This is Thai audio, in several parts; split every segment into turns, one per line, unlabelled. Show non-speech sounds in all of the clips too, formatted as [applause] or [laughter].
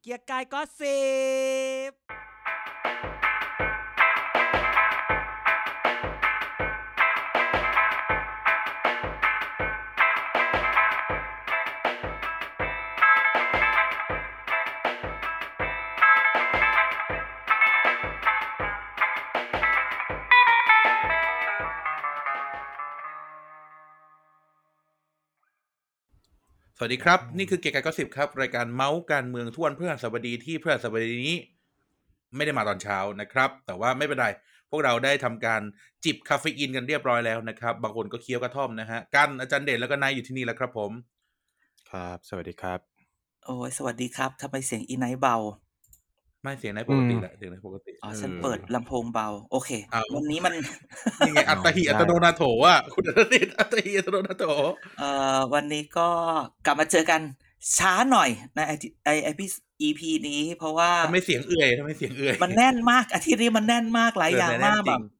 เกียร์กายก็สิบ
สวัสดีครับ นี่คือเกียร์กายก็สิบครับ รายการเมาส์การเมืองทุกวันพฤหัสบดีที่พฤหัสบดีนี้ ไม่ได้มาตอนเช้านะครับ แต่ว่าไม่เป็นไร พวกเราได้ทำการจิบคาเฟอีนกันเรียบร้อยแล้วนะครับ บางคนก็เคี้ยวกระท่อมนะฮะกันอาจารย์เดชแล้วก็นายอยู่ที่นี่แล้วครับผม
ครับ สวัสดีครับ
โอ้ยสวัสดีครับทำไมเสียงอีไนท์เบา
ไม่เสียงไหนปกติแหละเสียงไหนปกติ
อ๋อ ฉันเปิดลำโพงเบา โอเค
เอา
วันนี้มัน
นี่ไงอัตหิอัตโนนาโถอ่ะคุณอัตติอัตหิอัตโนนาโถ
เอ่อวันนี้ก็กลับมาเจอกันช้าหน่อยในไอไอไอพีอีพีนี้ เพราะว่า
ทำไมเสียงเอื่อยทำไมเสียงเอื่อย
มันแน่นมากอาทิตย์นี้มันแน่นมากหลาย
เออ
อย่าง
แน่น
มาก
จริ
แบ
ง
บ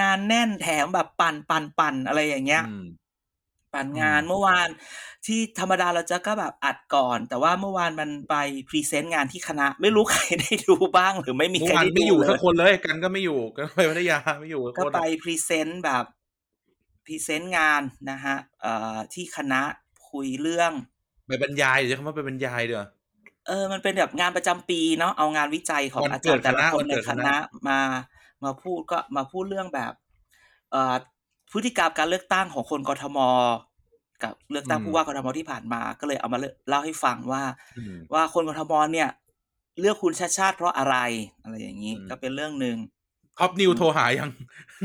งานแน่นแถมแบบปั่นปั่นปั่นอะไรอย่างเงี้ย
อืม
ปั่นงาน
อืม
เมื่อวานที่ธรรมดาเราจะก็แบบอัดก่อน แต่ว่าเมื่อวานมันไปพรีเซนต์งานที่คณะ ไม่รู้ใครได้ดูบ้างหรือไม่มี
เมื่
ใคร
อวาน
ได้
ไม่
ดู
อยู่
เล
สั
ย
กคนเลยกันก็ไม่อยู่กันไปพัทยาไม่อยู่สั
ก็
คน
ไปพรีเซนต์แบบพรีเซนต์งานนะฮะเอ่อที่คณะคุยเรื่อง
ไปบรรยายเดี๋ยวเขามาไปบรรยายเด้อ
เออมันเป็นแบบงานประจำปีเนาะเอางานวิจัยของ
วัน
อา
เกิด
จารย์แต่ละค
วัน น
ใน
เกิด
ค
ค
ณะ
ณะ
มามาพูดก็มาพูดเรื่องแบบเอ่อพฤติกรรมการเลือกตั้งของคนกทม กับเลือกตั้งผู้ว่ากทมที่ผ่านมาก็เลยเอามาเลเล่าให้ฟังว่า
อืม
ว่าคนกทมเนี่ย เลือกคุณชาติชาติเพราะอะไรอะไรอย่างนี้
อืม
ก็เป็นเรื่องหนึ่ง
ท็อปนิวโทรหายัง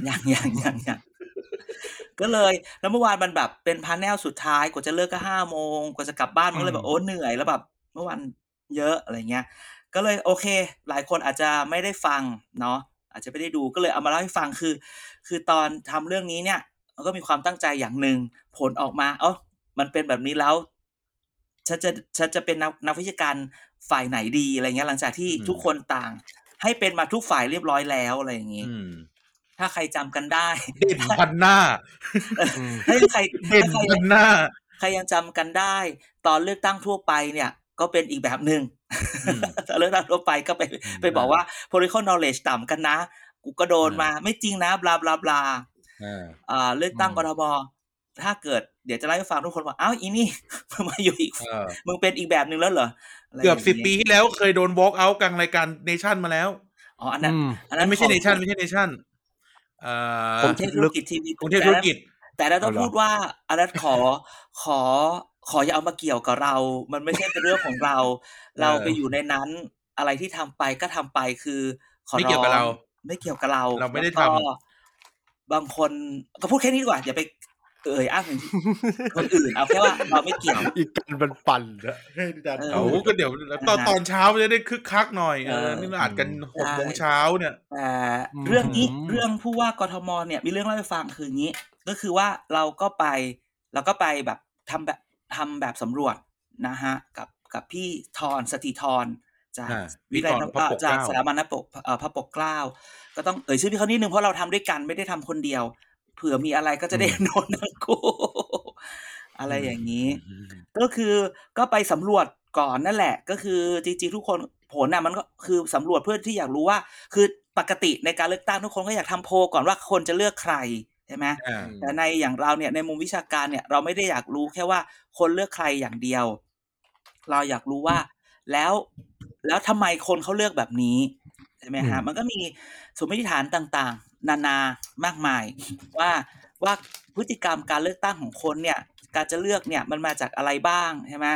ยัง [laughs] ยังยังยังก็เลยแล้วเมื่อวานมันแบบเป็นพาแนลสุดท้ายกว่าจะเลิกก็ห้าโมงกว่าจะกลับบ้านมันก็เลยแบ
อื
บ
ม
โอ้เหนื่อยแล้วแบบเมื่อวานเยอะอะไรเงี้ย ก็เลยโอเค หลายคนอาจจะไม่ได้ฟังเนาะอาจจะไม่ได้ดูก็เลยเอามาเล่าให้ฟังคือ คือตอนทำเรื่องนี้เนี่ยมันก็มีความตั้งใจอย่างหนึ่งผลออกมาเอ้ามันเป็นแบบนี้แล้วฉันจะฉันจะเป็นนักนักวิชาการฝ่ายไหนดีอะไรเงี้ย หลังจากที่
อืม
ทุกคนต่าง ให้เป็นมาทุกฝ่ายเรียบร้อยแล้วอะไรอย่างงี้
อืม
ถ้าใครจำกันได้
[laughs] เด่นพันหน้า
ถ้าใคร
เด่น
ถ้าใคร
พันหน้า
ใครยังจำกันได้ ตอนเลือกตั้งทั่วไปเนี่ย ก็เป็นอีกแบบหนึ่ง
อืม
ตอนเลือกตั้งทั่วไปก็ไป
อืม
ไปบอกว่า political knowledge ต่ำกันนะ กูก็โดนมา
อ่า
ไม่จริงนะ บลาบลาบลา
อ่า
อ่าเลือกตั้ง
อืม
กทมถ้าเกิดเดี๋ยวจะเล่าให้ฟังทุกคนว่าอ้าวอีนี่ [laughs] มึงมาอยู่อีก
เออ
มึงเป็นอีกแบบหนึ่งแล้วเหรออะไร
เกือบสิบ
ย่าง
ปี
งี้
ที่แล้วเคยโดนวอล์กเอาท์กลางรายการเนชั่นมาแล้ว
อ๋ออันนั้นอันนั้น
ไม่ใช่
ของ
เนชั่นไม่ใช่เนชั่นเอ่อก
รุงเทพธุรกิจทีวี
กรุงเทพธุรกิจ
แต่เราต้อง
เอาเหรอ
พูดว่าอันนั้นขอขอขออย่าเอามาเกี่ยวกับเรา มันไม่ใช่เป็นเรื่องของเรา เราไปอยู่ในนั้นอะไรที่ทำไปก็ทำไปคือขอ
ไม่เกี่ยวกับเรา
ไม่เกี่ยวกับเรา
เราไม่ได้
แล้ว
ท
ก็
ำ
บางคนก็พูดแค่นี้ดีกว่าอย่าไปเอ่ยอ้างถึงคนอื่นเอาแค่ว่าเราไม่เกี่ยว
อีกกันมันปั่น [laughs]
เออ
เอาก็เดี๋ยวตอนตอนเช้าจะได้คึกคักหน่อยเออนี่เราอัดกันหกโมงเช้าเนี่ย
แต่เรื่องนี้เรื่องผู้ว่ากทมเนี่ยมีเรื่องเล่าให้ฟังคืออย่างนี้ ก็คือว่าเราก็ไปเราก็ไปแบบทำแบบทำแบบสำรวจนะฮะกับกับพี่ธรสติธรจาก
อ่าพี่
วิทยาลัย
ธรพ
เอ่
ระปก
อ
เกล้า
จากสถาบันนปกเอ่อพระปกเกล้า ก็ต้องเอ่ยชื่อพี่เขานิดนึงเพราะเราทำด้วยกันไม่ได้ทำคนเดียว เผื่อมีอะไรก็จะได้โดนทั้งคู่ [laughs] อะไรอย่างนี้ ก็คือก็ไปสำรวจก่อนนั่นแหละ ก็คือจริงๆทุกคนผลน่ะมันก็คือสำรวจเพื่อที่อยากรู้ว่า คือปกติในการเลือกตั้งทุกคนก็อยากทำโพลก่อนว่าคนจะเลือกใครใช่ไหม
อ่า
แต่ในอย่างเราเนี่ยในมุมวิชาการเนี่ยเราไม่ได้อยากรู้แค่ว่าคนเลือกใครอย่างเดียว เราอยากรู้ว่าแล้วแล้วทำไมคนเขาเลือกแบบนี้ใช่ไหมฮะมันก็มีสมมติฐานต่างๆ นานามากมาย ว่าว่าพฤติกรรมการเลือกตั้งของคนเนี่ย การจะเลือกเนี่ยมันมาจากอะไรบ้างใช่ไหม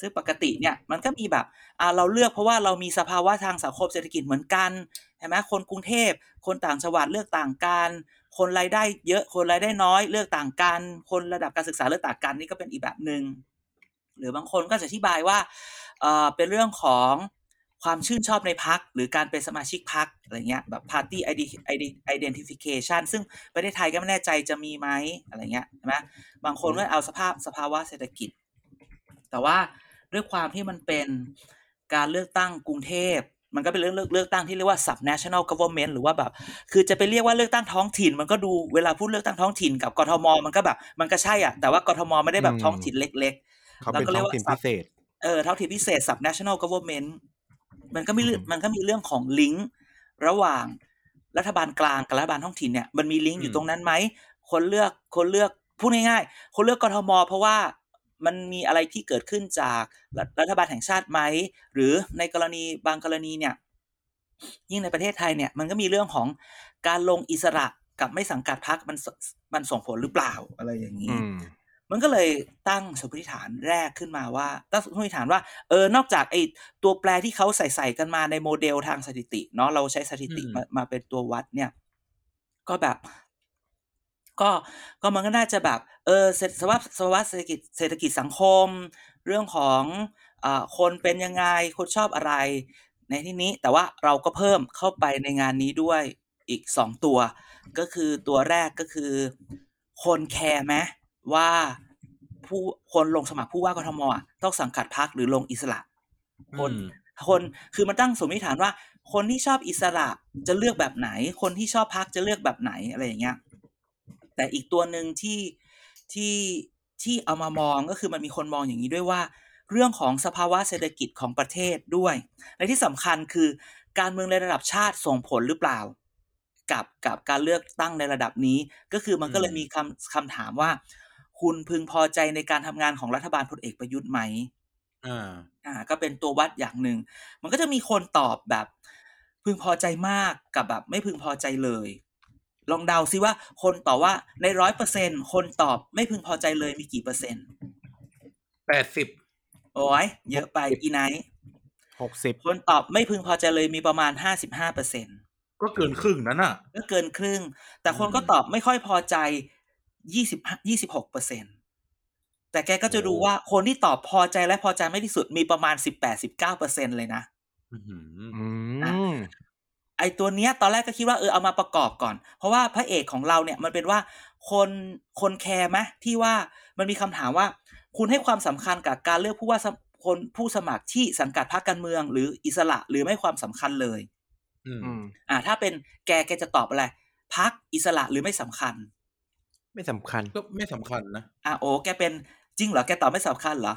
ซึ่งปกติเนี่ยมันก็มีแบบอ่าเราเลือกเพราะว่าเรามีสภาวะทางสังคมเศรษฐกิจเหมือนกันใช่ไหมคนกรุงเทพคนต่างจังหวัดเลือกต่างกัน คนรายได้เยอะคนรายได้น้อยเลือกต่างกัน คนระดับการศึกษาเลือกต่างกันนี่ก็เป็นอีกแบบหนึ่งหรือบางคนก็จะอธิบายว่าเอ่อเป็นเรื่องของความชื่นชอบในพักหรือการเป็นสมาชิกพักอะไรเงี้ยแบบ party ID- ID- identification ซึ่ง ประเทศไทยก็ไม่แน่ใจจะมีไหมอะไรเงี้ยใช่ไหมบางคนก็เอาสภาพสภาวะเศรษฐกิจ แต่ว่าด้วยความที่มันเป็นการเลือกตั้งกรุงเทพ มันก็เป็นเรื่องเลือกเลือกตั้งที่เรียกว่า sub national government หรือว่าแบบ คือจะไปเรียกว่าเลือกตั้งท้องถิ่น มันก็ดูเวลาพูดเลือกตั้งท้องถิ่นกับกทมมันก็แบบ มันก็ใช่อ่ะแต่ว่ากทมไม่ได้แบบท้องถิ่นเล็ก
เขาเป็นท้องถิ่นพิเศษ
ๆ เออเท่าเทียมพิเศษสับ national government มันก็มีเรื่องมันก็มีเรื่องของลิงก์ระหว่างรัฐบาลกลางกับรัฐบาลท้องถิ่นเนี่ยมันมีลิงก์อ
อื
ยู่
ม
ตรงนั้นไหมคนเลือกคนเลือกพูดง่ายๆคนเลือกกทม เพราะว่ามันมีอะไรที่เกิดขึ้นจากรัฐรัฐบาลแห่งชาติไหมหรือในกรณีบางกรณีเนี่ย ยิ่งในประเทศไทยเนี่ยมันก็มีเรื่องของการลงอิสระกับไม่สังกัดพักมันสมันส่งผลหรือเปล่าอะไรอย่างนี้
อืม
มันก็เลยตั้งสมมติฐานแรกขึ้นมาว่า ตั้งสมมติฐานว่าเออนอกจากไอ้ตัวแปรที่เขาใส่ใส่ๆกันมาในโมเดลทางสถิติ เนาะเราใช้สถิติ
อืม
มามาเป็นตัววัดเนี่ย ก็แบบ ก็ก็มันก็น่าจะแบบ เออเศรษฐสภาพสภาพเศรษฐกิจเศรษฐกิจสังคม เรื่องของอาคนเป็นยังไงคนชอบอะไร ในที่นี้แต่ว่าเราก็เพิ่มเข้าไปในงานนี้ด้วยอีกสองตัว ก็คือตัวแรกก็คือ คนแคร์ไหมว่าผู้คนลงสมัครผู้ว่ากทมอะต้องสังกัดพักหรือลงอิสระ คน
อืม
คนคือมันตั้งสมมติฐานว่า คนที่ชอบอิสระจะเลือกแบบไหน คนที่ชอบพักจะเลือกแบบไหนอะไรอย่างเงี้ยแต่อีกตัวหนึ่งที่ที่ที่เอามามองก็คือมันมีคนมองอย่างนี้ด้วยว่า เรื่องของสภาวะเศรษฐกิจของประเทศด้วย และที่สำคัญคือการเมืองในระดับชาติส่งผลหรือเปล่า กับกับการเลือกตั้งในระดับนี้ ก็คือมันก็เลย
อืม
มีคำคำถามว่า คุณพึงพอใจในการทำงานของรัฐบาลพลเอกประยุทธ์ไหม
อ่า
อ่าก็เป็นตัววัดอย่างหนึ่ง มันก็จะมีคนตอบแบบ พึงพอใจมากกับแบบ ไม่พึงพอใจเลย ลองเดาซิว่าคนตอบว่าในร้อยเปอร์เซ็นคนตอบไม่พึงพอใจเลยมีกี่เปอร์เซ็นต์
แปดสิบ
โอ้ยเยอะไปอีไนท์
หกสิบ
คนตอบไม่พึงพอใจเลยมีประมาณห้าสิบห้าเปอร์เซ็น
ก็เกินครึ่งนั้นอ่ะ
ก็เกินครึ่ง แต่คนก็ตอบไม่ค่อยพอใจยี่สิบยี่สิบหกเปอร์เซ็นแต่แกก็จะดูว่าคนที่ตอบพอใจและพอใจไม่ที่สุดมีประมาณสิบแปดสิบเก้าเปอร์เซ็นเลยนะ
อื้อหือ
อืม
ไอตัวเนี้ยตอนแรกก็คิดว่าเออเอามาประกอบก่อน เพราะว่าพระเอกของเราเนี่ยมันเป็นว่าคนคนแคร์ไหมที่ว่ามันมีคำถามว่า คุณให้ความสำคัญกับการเลือกผู้ว่าสมคนผู้สมัครที่สังกัดพรรคการเมือง หรืออิสระหรือไม่ความสำคัญเลย
อืม
อืม
อ่า ถ้าเป็นแกแกจะตอบอะไรพรรคอิสระหรือไม่สำคัญ
ไม่สำคัญ
ก็ไม่สำคัญนะ
อ่าโอแกเป็นจริงเหรอแกตอบไม่สำคัญเหรอ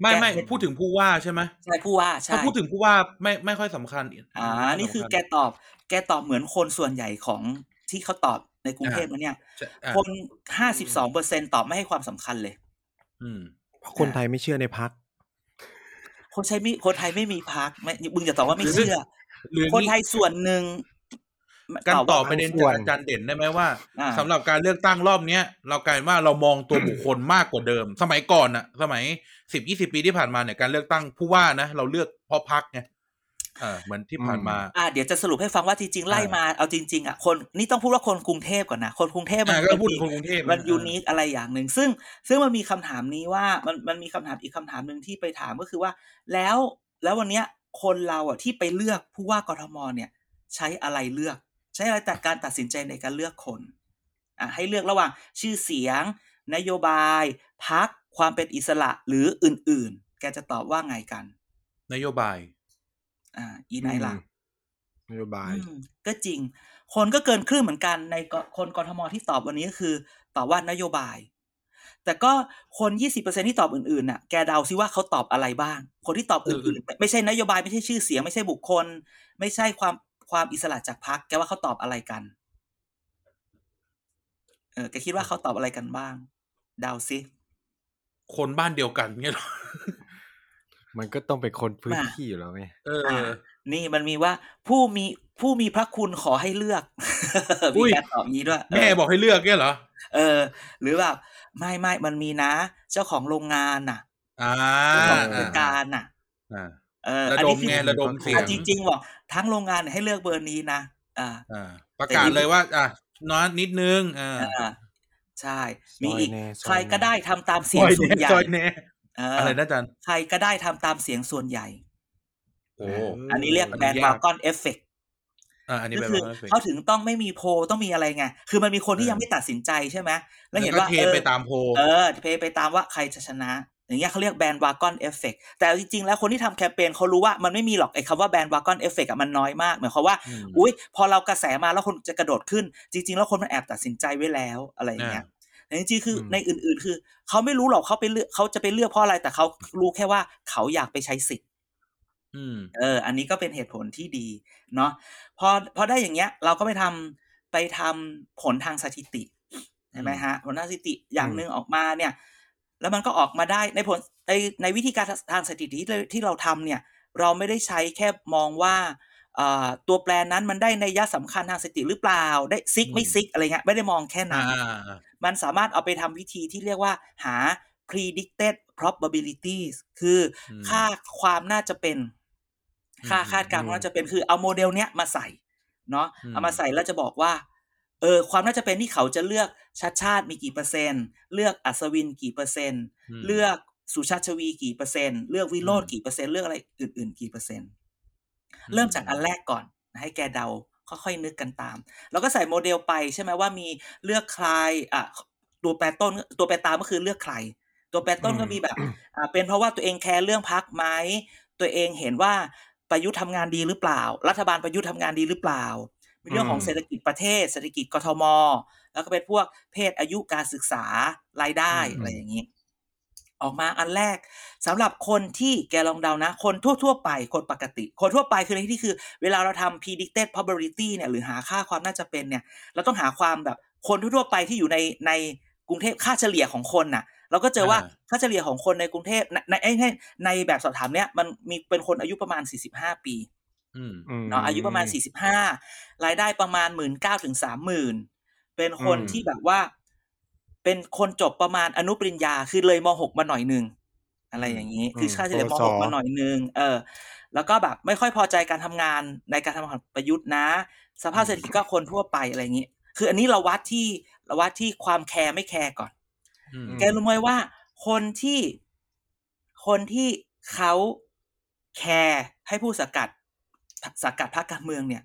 ไม่
แก
ไม่พูดถึงผู้ว่าใช่ไหม
ใช่ผู้ว่า
ถ้า
ใช่
พูดถึงผู้ว่าไม่ไม่ค่อยสำคัญ
อ่า
ไม่ยสำญ
นี่คือแกตอบ แกตอบเหมือนคนส่วนใหญ่ของที่เขาตอบในกรุงเทพนะเนี่ย
ใช่อ่ะ
คน 52เปอร์เซ็นตอบไม่ให้ความสำคัญเลย
อืม
เพราะคนไทยไม่เชื่อในพัก
คนใช้ไม่คนไทยไม่มีพักไม่มึงอย่าตอบว่าไม่เชื่อ
หรือ
คนไทยส่วนหนึ่ง
การตอบ
ว่
ประเด็น
ส่
จาว ก
น
อาจารย์เด่นได้ไหมว่า
อ่า
สำหรับการเลือกตั้งรอบเนี้ยเรากลายว่าเรามองตัวบุคคลมากกว่าเดิม สมัยก่อนอะสมัยสิบยี่สิบปีที่ผ่านมาเนี่ยการเลือกตั้งผู้ว่านะเราเลือกเพราะพักไงอ่าเหมือนที่ผ่านมา
อ่าเดี๋ยวจะสรุปให้ฟังว่าจริงๆ ไล่มาเอาจริงๆอ่ะคนนี่ต้องพูดว่าคนกรุงเทพก่อนนะ คนกรุงเทพมัน
อ่าก็พูดถึงคนกรุงเทพ
มัน
อ่า
ยูนิคอะไรอย่างหนึ่งซึ่งซึ่งมันมีคำถามนี้ว่ามันมันมีคำถามอีกคำถามหนึ่งที่ไปถามก็คือว่า แล้วแล้ววันเนี้ยคนเราอ่ะที่ไปเลือกผู้ว่ากทมเนี่ย ใช้อะไรเลือก ใช้อะไรแต่การตัดสินใจในการเลือกคนอ่ะให้เลือกระหว่างชื่อเสียง นโยบายพักความเป็นอิสระหรืออื่นๆ แกจะตอบว่าไงกัน
นโยบาย
อ่าอีไนท์ล่ะ
อืมนโยบาย
อืมก็จริง คนก็เกินครึ่งเหมือนกันในกคนกทมที่ตอบวันนี้ก็คือตอบว่านโยบาย แต่ก็คนยี่สิบเปอร์เซ็นที่ตอบอื่นๆน่ะแกเดาซิว่าเขาตอบอะไรบ้าง คนที่ตอบอื่นๆไม่ไม่ใช่นโยบายไม่ใช่ชื่อเสียงไม่ใช่บุคคล ไม่ใช่ความความอิสระจากพรรคแกว่าเขาตอบอะไรกัน เออแกคิดว่าเขาตอบอะไรกันบ้าง เดาซิ
คนบ้านเดียวกันเงี้ยหรอ
มันก็ต้องเป็นคนพื้นที่อยู่แล้วไง
เออ
ะนี่มันมีว่าผู้มีผู้มีพระคุณขอให้เลือก [laughs]
อุ้
มี
ย
การตอบนี้ด้วย
แม่บอกให้เลือกเงี้ยเหรอ
เออ หรือแบบไม่ไม่มันมีนะ เจ้าของโรงงานน่ะ
อ่า
เจ้าของ
อ่า
กิจการน่ะ
อ่า
เออ
ระ
อัน
ด
นี้
ม
คือ
ไงระดมเสีย
อ่ะ
ง
จริงๆบอกทั้งโรงงานเนี่ยให้เลือกเบอร์นี้นะอ่า
อ่าประกาศเลยว่า อ่ะน้อยนิดนึงอ่า
อ่าใช่ มีอีก
ซอยแน่ซอยแน่
ใครก็ได้ทำตามเสียงส่วนใหญ่
ซอยแน่
เออ
อะไรนะอาจัน
ใครก็ได้ทำตามเสียงส่วนใหญ่
โอ้
อันนี้เรียก
อันนี้
แบน
ยาว
ด์าก กอนเอฟเฟก
อ่าอันนี้
ก็
แบบ
คือ
ว่าเป็น
เขาถึงต้องไม่มีโพลต้องมีอะไรไง คือมันมีคนที่ยังไม่ตัดสินใจใช่ไหมแล้วเห็นว่า
ก็เท
เออ
ไปตามโพล
เออเพย์ไปตามว่าใครจะชนะ อย่างเงี้ยเขาเรียกแบนวากอนเอฟเฟกแต่เอาจริงๆ แล้วคนที่ทำแคมเปญเขารู้ว่ามันไม่มีหรอกไอ้คำว่าแบนวากอนเอฟเฟกอะมันน้อยมากหมายความว่า
ม
อุ้ยพอเรากระแสมาแล้วคนจะกระโดดขึ้น จริง ๆ แล้วคนมันแอบตัดสินใจไว้แล้วอะไรอย่างเงี้ยใน แต่จริงๆคืออ
ม
ในอื่น ๆ คือเขาไม่รู้หรอกเขาไปเลือกเขาจะไปเลือกเพราะอะไร แต่เขารู้แค่ว่าเขาอยากไปใช้สิทธิ
อืม
เออ อันนี้ก็เป็นเหตุผลที่ดีเนาะ พอ พอได้อย่างเงี้ย เราก็ไปทำไปทำผลทางสถิติ ใช่ไหมฮะ ผลทางสถิติอย่างหนึ่งออกมาเนี่ย แล้วมันก็ออกมาได้ในผลในในวิธีการทางสถิติที่เราที่เราทำเนี่ย เราไม่ได้ใช้แค่มองว่าเอ่อตัวแปรนั้นมันได้ในยยะสำคัญทางสถิติหรือเปล่า ได้ซิกไม่
อืม
ซิกอะไรเงี้ย ไม่ได้มองแค่
อ่า
นั้น มันสามารถเอาไปทำวิธีที่เรียกว่าหา predicted probabilities คืออ
อืม
ค่าความน่าจะเป็น
อืม
ค่าคาดการณ์
อืม
ว่าจะเป็นคือเอาโมเดลเนี้ยมาใส่เนาะ
อืม
เอามาใส่แล้วจะบอกว่า เออ ความน่าจะเป็นที่เขาจะเลือกชาติชาติมีกี่เปอร์เซ็นต์ เลือกอัศวินกี่เปอร์เซ็นต์
ม
เลือกสุชาติชวีกี่เปอร์เซ็นต์ เลือกวิโรธ
อืม
กี่เปอร์เซ็นต์ เลือกอะไรอื่น ๆ กี่เปอร์เซ็นต์ เริ่มจากอันแรกก่อนนะให้แกเดาค่อยๆนึกกันตาม แล้วก็ใส่โมเดลไปใช่ไหมว่ามีเลือกใครอ่ะตัวแปรต้นตัวแปรตามก็คือเลือกใคร ตัวแปรต้นก็มี [coughs] แบบอ่ะเป็นเพราะว่าตัวเองแคร์เรื่องพักไหมตัวเองเห็นว่าประยุทธ์ทำงานดีหรือเปล่า รัฐบาลประยุทธ์ทำงานดีหรือเปล่า มีเรื่องของ
อืม
เศรษฐกิจประเทศ เศรษฐกิจกทม แล้วก็เป็นพวกเพศอายุการศึกษารายได้
อืม
อะไรอย่างนี้ ออกมาอันแรกสำหรับคนที่แกลองเดานะ คนทั่ว ๆ ไปคนปกติ คนทั่วไปคือในที่นี้คือ เวลาเราทำ predicted probability เนี่ยหรือหาค่าความน่าจะเป็นเนี่ย เราต้องหาความแบบคนทั่วๆไปที่อยู่ในในกรุงเทพค่าเฉลี่ยของคนน่ะ เราก็เจอว่า
อ่า
ค่าเฉลี่ยของคนในกรุงเทพในในเอ้ยในในแบบสอบถามเนี่ยมันมีเป็นคนอายุประมาณ 45 ปี
อืม
ม
เนาะอายุประมาณ 45 รายได้ประมาณ 1 9ื่นเถึงสามหมื่นเป็นคน
อืม
ที่แบบว่า เป็นคนจบประมาณอนุปริญญาคือเลยมหกมาหน่อยหนึ่งอะไรอย่างนี้ คือค่าเฉลี่ยมหกมาหน่อยหนึ่งเออ แล้วก็แบบไม่ค่อยพอใจการทำงานในการทำงานของประยุทธ์นะ สภาพเศรษฐกิจก็คนทั่วไปอะไรอย่างนี้ คืออันนี้เราวัดที่เราวัดที่ความแคร์ไม่แคร์ก่อน
อืม
แกรู้ไหมว่าคนที่คนที่เขาแคร์ให้ผู้สกัดสกัดพรรคการเมืองเนี่ย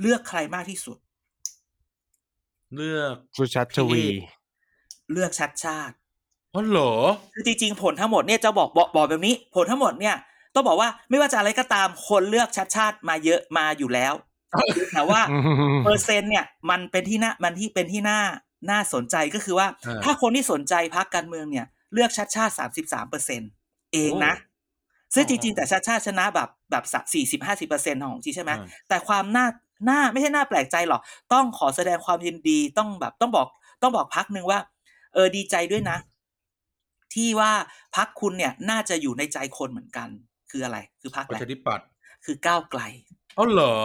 เลือกใครมากที่สุด
เลือก
สุชัช
พี่
วี
เลือกชัดชาติ
อ๋อเหรอ
คือจริงๆผลทั้งหมดเนี่ยจะบอกบอกบอกแบบนี้ ผลทั้งหมดเนี่ย ต้องบอกว่าไม่ว่าจะอะไรก็ตามคนเลือกชัดชาติมาเยอะมาอยู่แล้ว แต่ว่า [laughs] เปอร์เซ็นต์เนี่ยมันเป็นที่น่ามันที่เป็นที่น่าน่าสนใจก็คือว่า
อ่า
ถ้าคนที่สนใจพักการเมืองเนี่ย เลือกชัดชาติสามสิบสามเปอร์เซ็นเองนะ
โอ้
ซึ่ง
อ๋
จ
อ
ริงๆ แต่ชัดชาติชนะแบบแบบสี่สิบห้าสิบเปอร์เซ็นของจีใช่ไหม
อ่า
แต่ความน่าน่าไม่ใช่น่าแปลกใจหรอก ต้องขอแสดงความยินดีต้องแบบต้องบอกต้องบอกพักหนึ่งว่า เออดีใจด้วยนะ ที่ว่าพักคุณเนี่ยน่าจะอยู่ในใจคนเหมือนกัน คืออะไร คือพัก
ป
อะ
ระ
ไร
ชาธิปัตย์
คือก้าวไกล
อ๋อเหรอ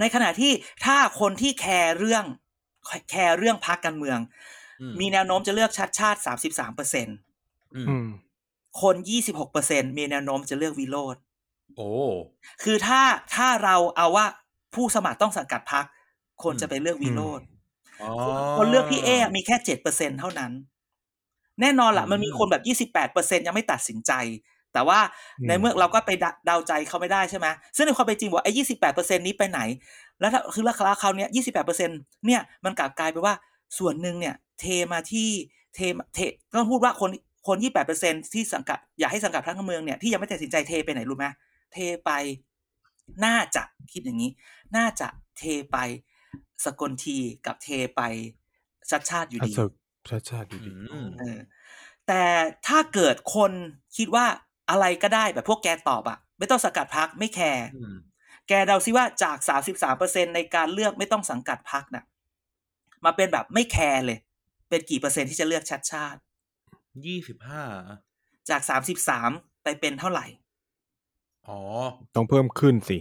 ในขณะที่ถ้าคนที่แคร์เรื่องแคร์เรื่องพักการเมือง
อืม
มีแนวโน้มจะเลือกชัดชาติ 33เปอร์เซ็น
อืม
อืม
คน 26เปอร์เซ็นมีแนวโน้มจะเลือกวิโรธ
โอ้
คือถ้าถ้าเราเอาว่าผู้สมัครต้องสังกัดพัก คน
อืม
จะไปเลือกวิโรธ
อ๋อ
คนเลือกพี่เอมีแค่7เปอร์เซ็นเท่านั้น แน่นอนละ่ะ
อืม
มันมีคนแบบ28เปอร์เซ็นยังไม่ตัดสินใจ แต่ว่า
อืม
ในเมื่อเราก็ไปเดาเดาใจเขาไม่ได้ใช่ไหมซึ่งในความเป็นจริงบอกไอ้ยี่สิบแปดเปอร์เซ็นนี้ไปไหน แล้วถ้าคือราคาเขาวเนี้ยยี่สิบแปดเปอร์เซ็นเนี่ยมันกลับกลายไปว่าส่วนหนึ่งเนี่ย เทมาที่เทมาเทต้องพูดว่าคนคนยี่แปดเปอร์เซ็นที่สังกัดอยากให้สังกัดพรรคการเมืองเนี่ยที่ยังไม่ตัดสินใจเทไปไหนรู้ไหมเทไปน่าจะคิดอย่างนี้ น่าจะเทไปสกลทีกับเทไปชัดชาติอยู่
อั
ดี
ศึกชัดชาติอยู่
อื
ดี
ม
เออแต่ถ้าเกิดคนคิดว่าอะไรก็ได้แบบพวกแกตอบอะไม่ต้องสังกัดพักไม่แคร์
อืม
แกเดาซิว่าจาก 33%ในการเลือกไม่ต้องสังกัดพักน่ะมาเป็นแบบไม่แคร์เลย เป็นกี่เปอร์เซ็นต์ที่จะเลือกชัดชาติ
ยี่สิบห้า
จาก 33 ไปเป็นเท่าไหร่
อ๋อ
ต้องเพิ่มขึ้นสิ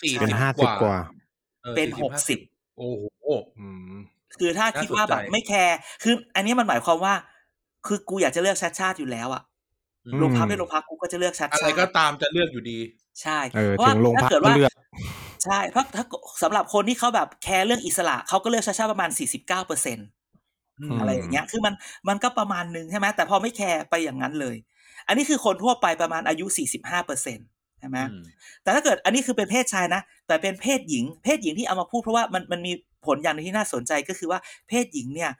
สี่
เป็น
สิบ
ห้าสิบกว่า
ออ
เป็น
40
หกสิบ
50โอ้โห
อืม
คือถ้าคิดว่าแบบ
น่าสนใจ
ไม่แคร์คือ อันนี้มันหมายความว่า คือกูอยากจะเลือกชัดชาติอยู่แล้วอะ
อื
ล
ม
งพัก
อืม
ไม่ลงพักกูก็จะเลือกชัด
อะไร
ชาติ
ก็ตามจะเลือกอยู่ดี
ใช่
เออ
พราะว่า
ถึงโรงพัก
ถ้าเกิด
ก็
ว่า
เลือก
ใช่เพราะถ้าสำหรับคนที่เขาแบบแคร์เรื่องอิสระเขาก็เลือกชาชาประมาณ 49เปอร์เซ็น
อืม
อะไรอย่างเงี้ยคือมันมันก็ประมาณหนึ่งใช่ไหมแต่พอไม่แคร์ไปอย่างนั้นเลย อันนี้คือคนทั่วไปประมาณอายุ 45เปอร์เซ็นใช่ไหม
อืม
แต่ถ้าเกิดอันนี้คือเป็นเพศชายนะ แต่เป็นเพศหญิง เพศหญิงที่เอามาพูดเพราะว่ามันมันมีผลอย่างหนึงที่น่าสนใจก็คือว่าเพศหญิงเนี่ย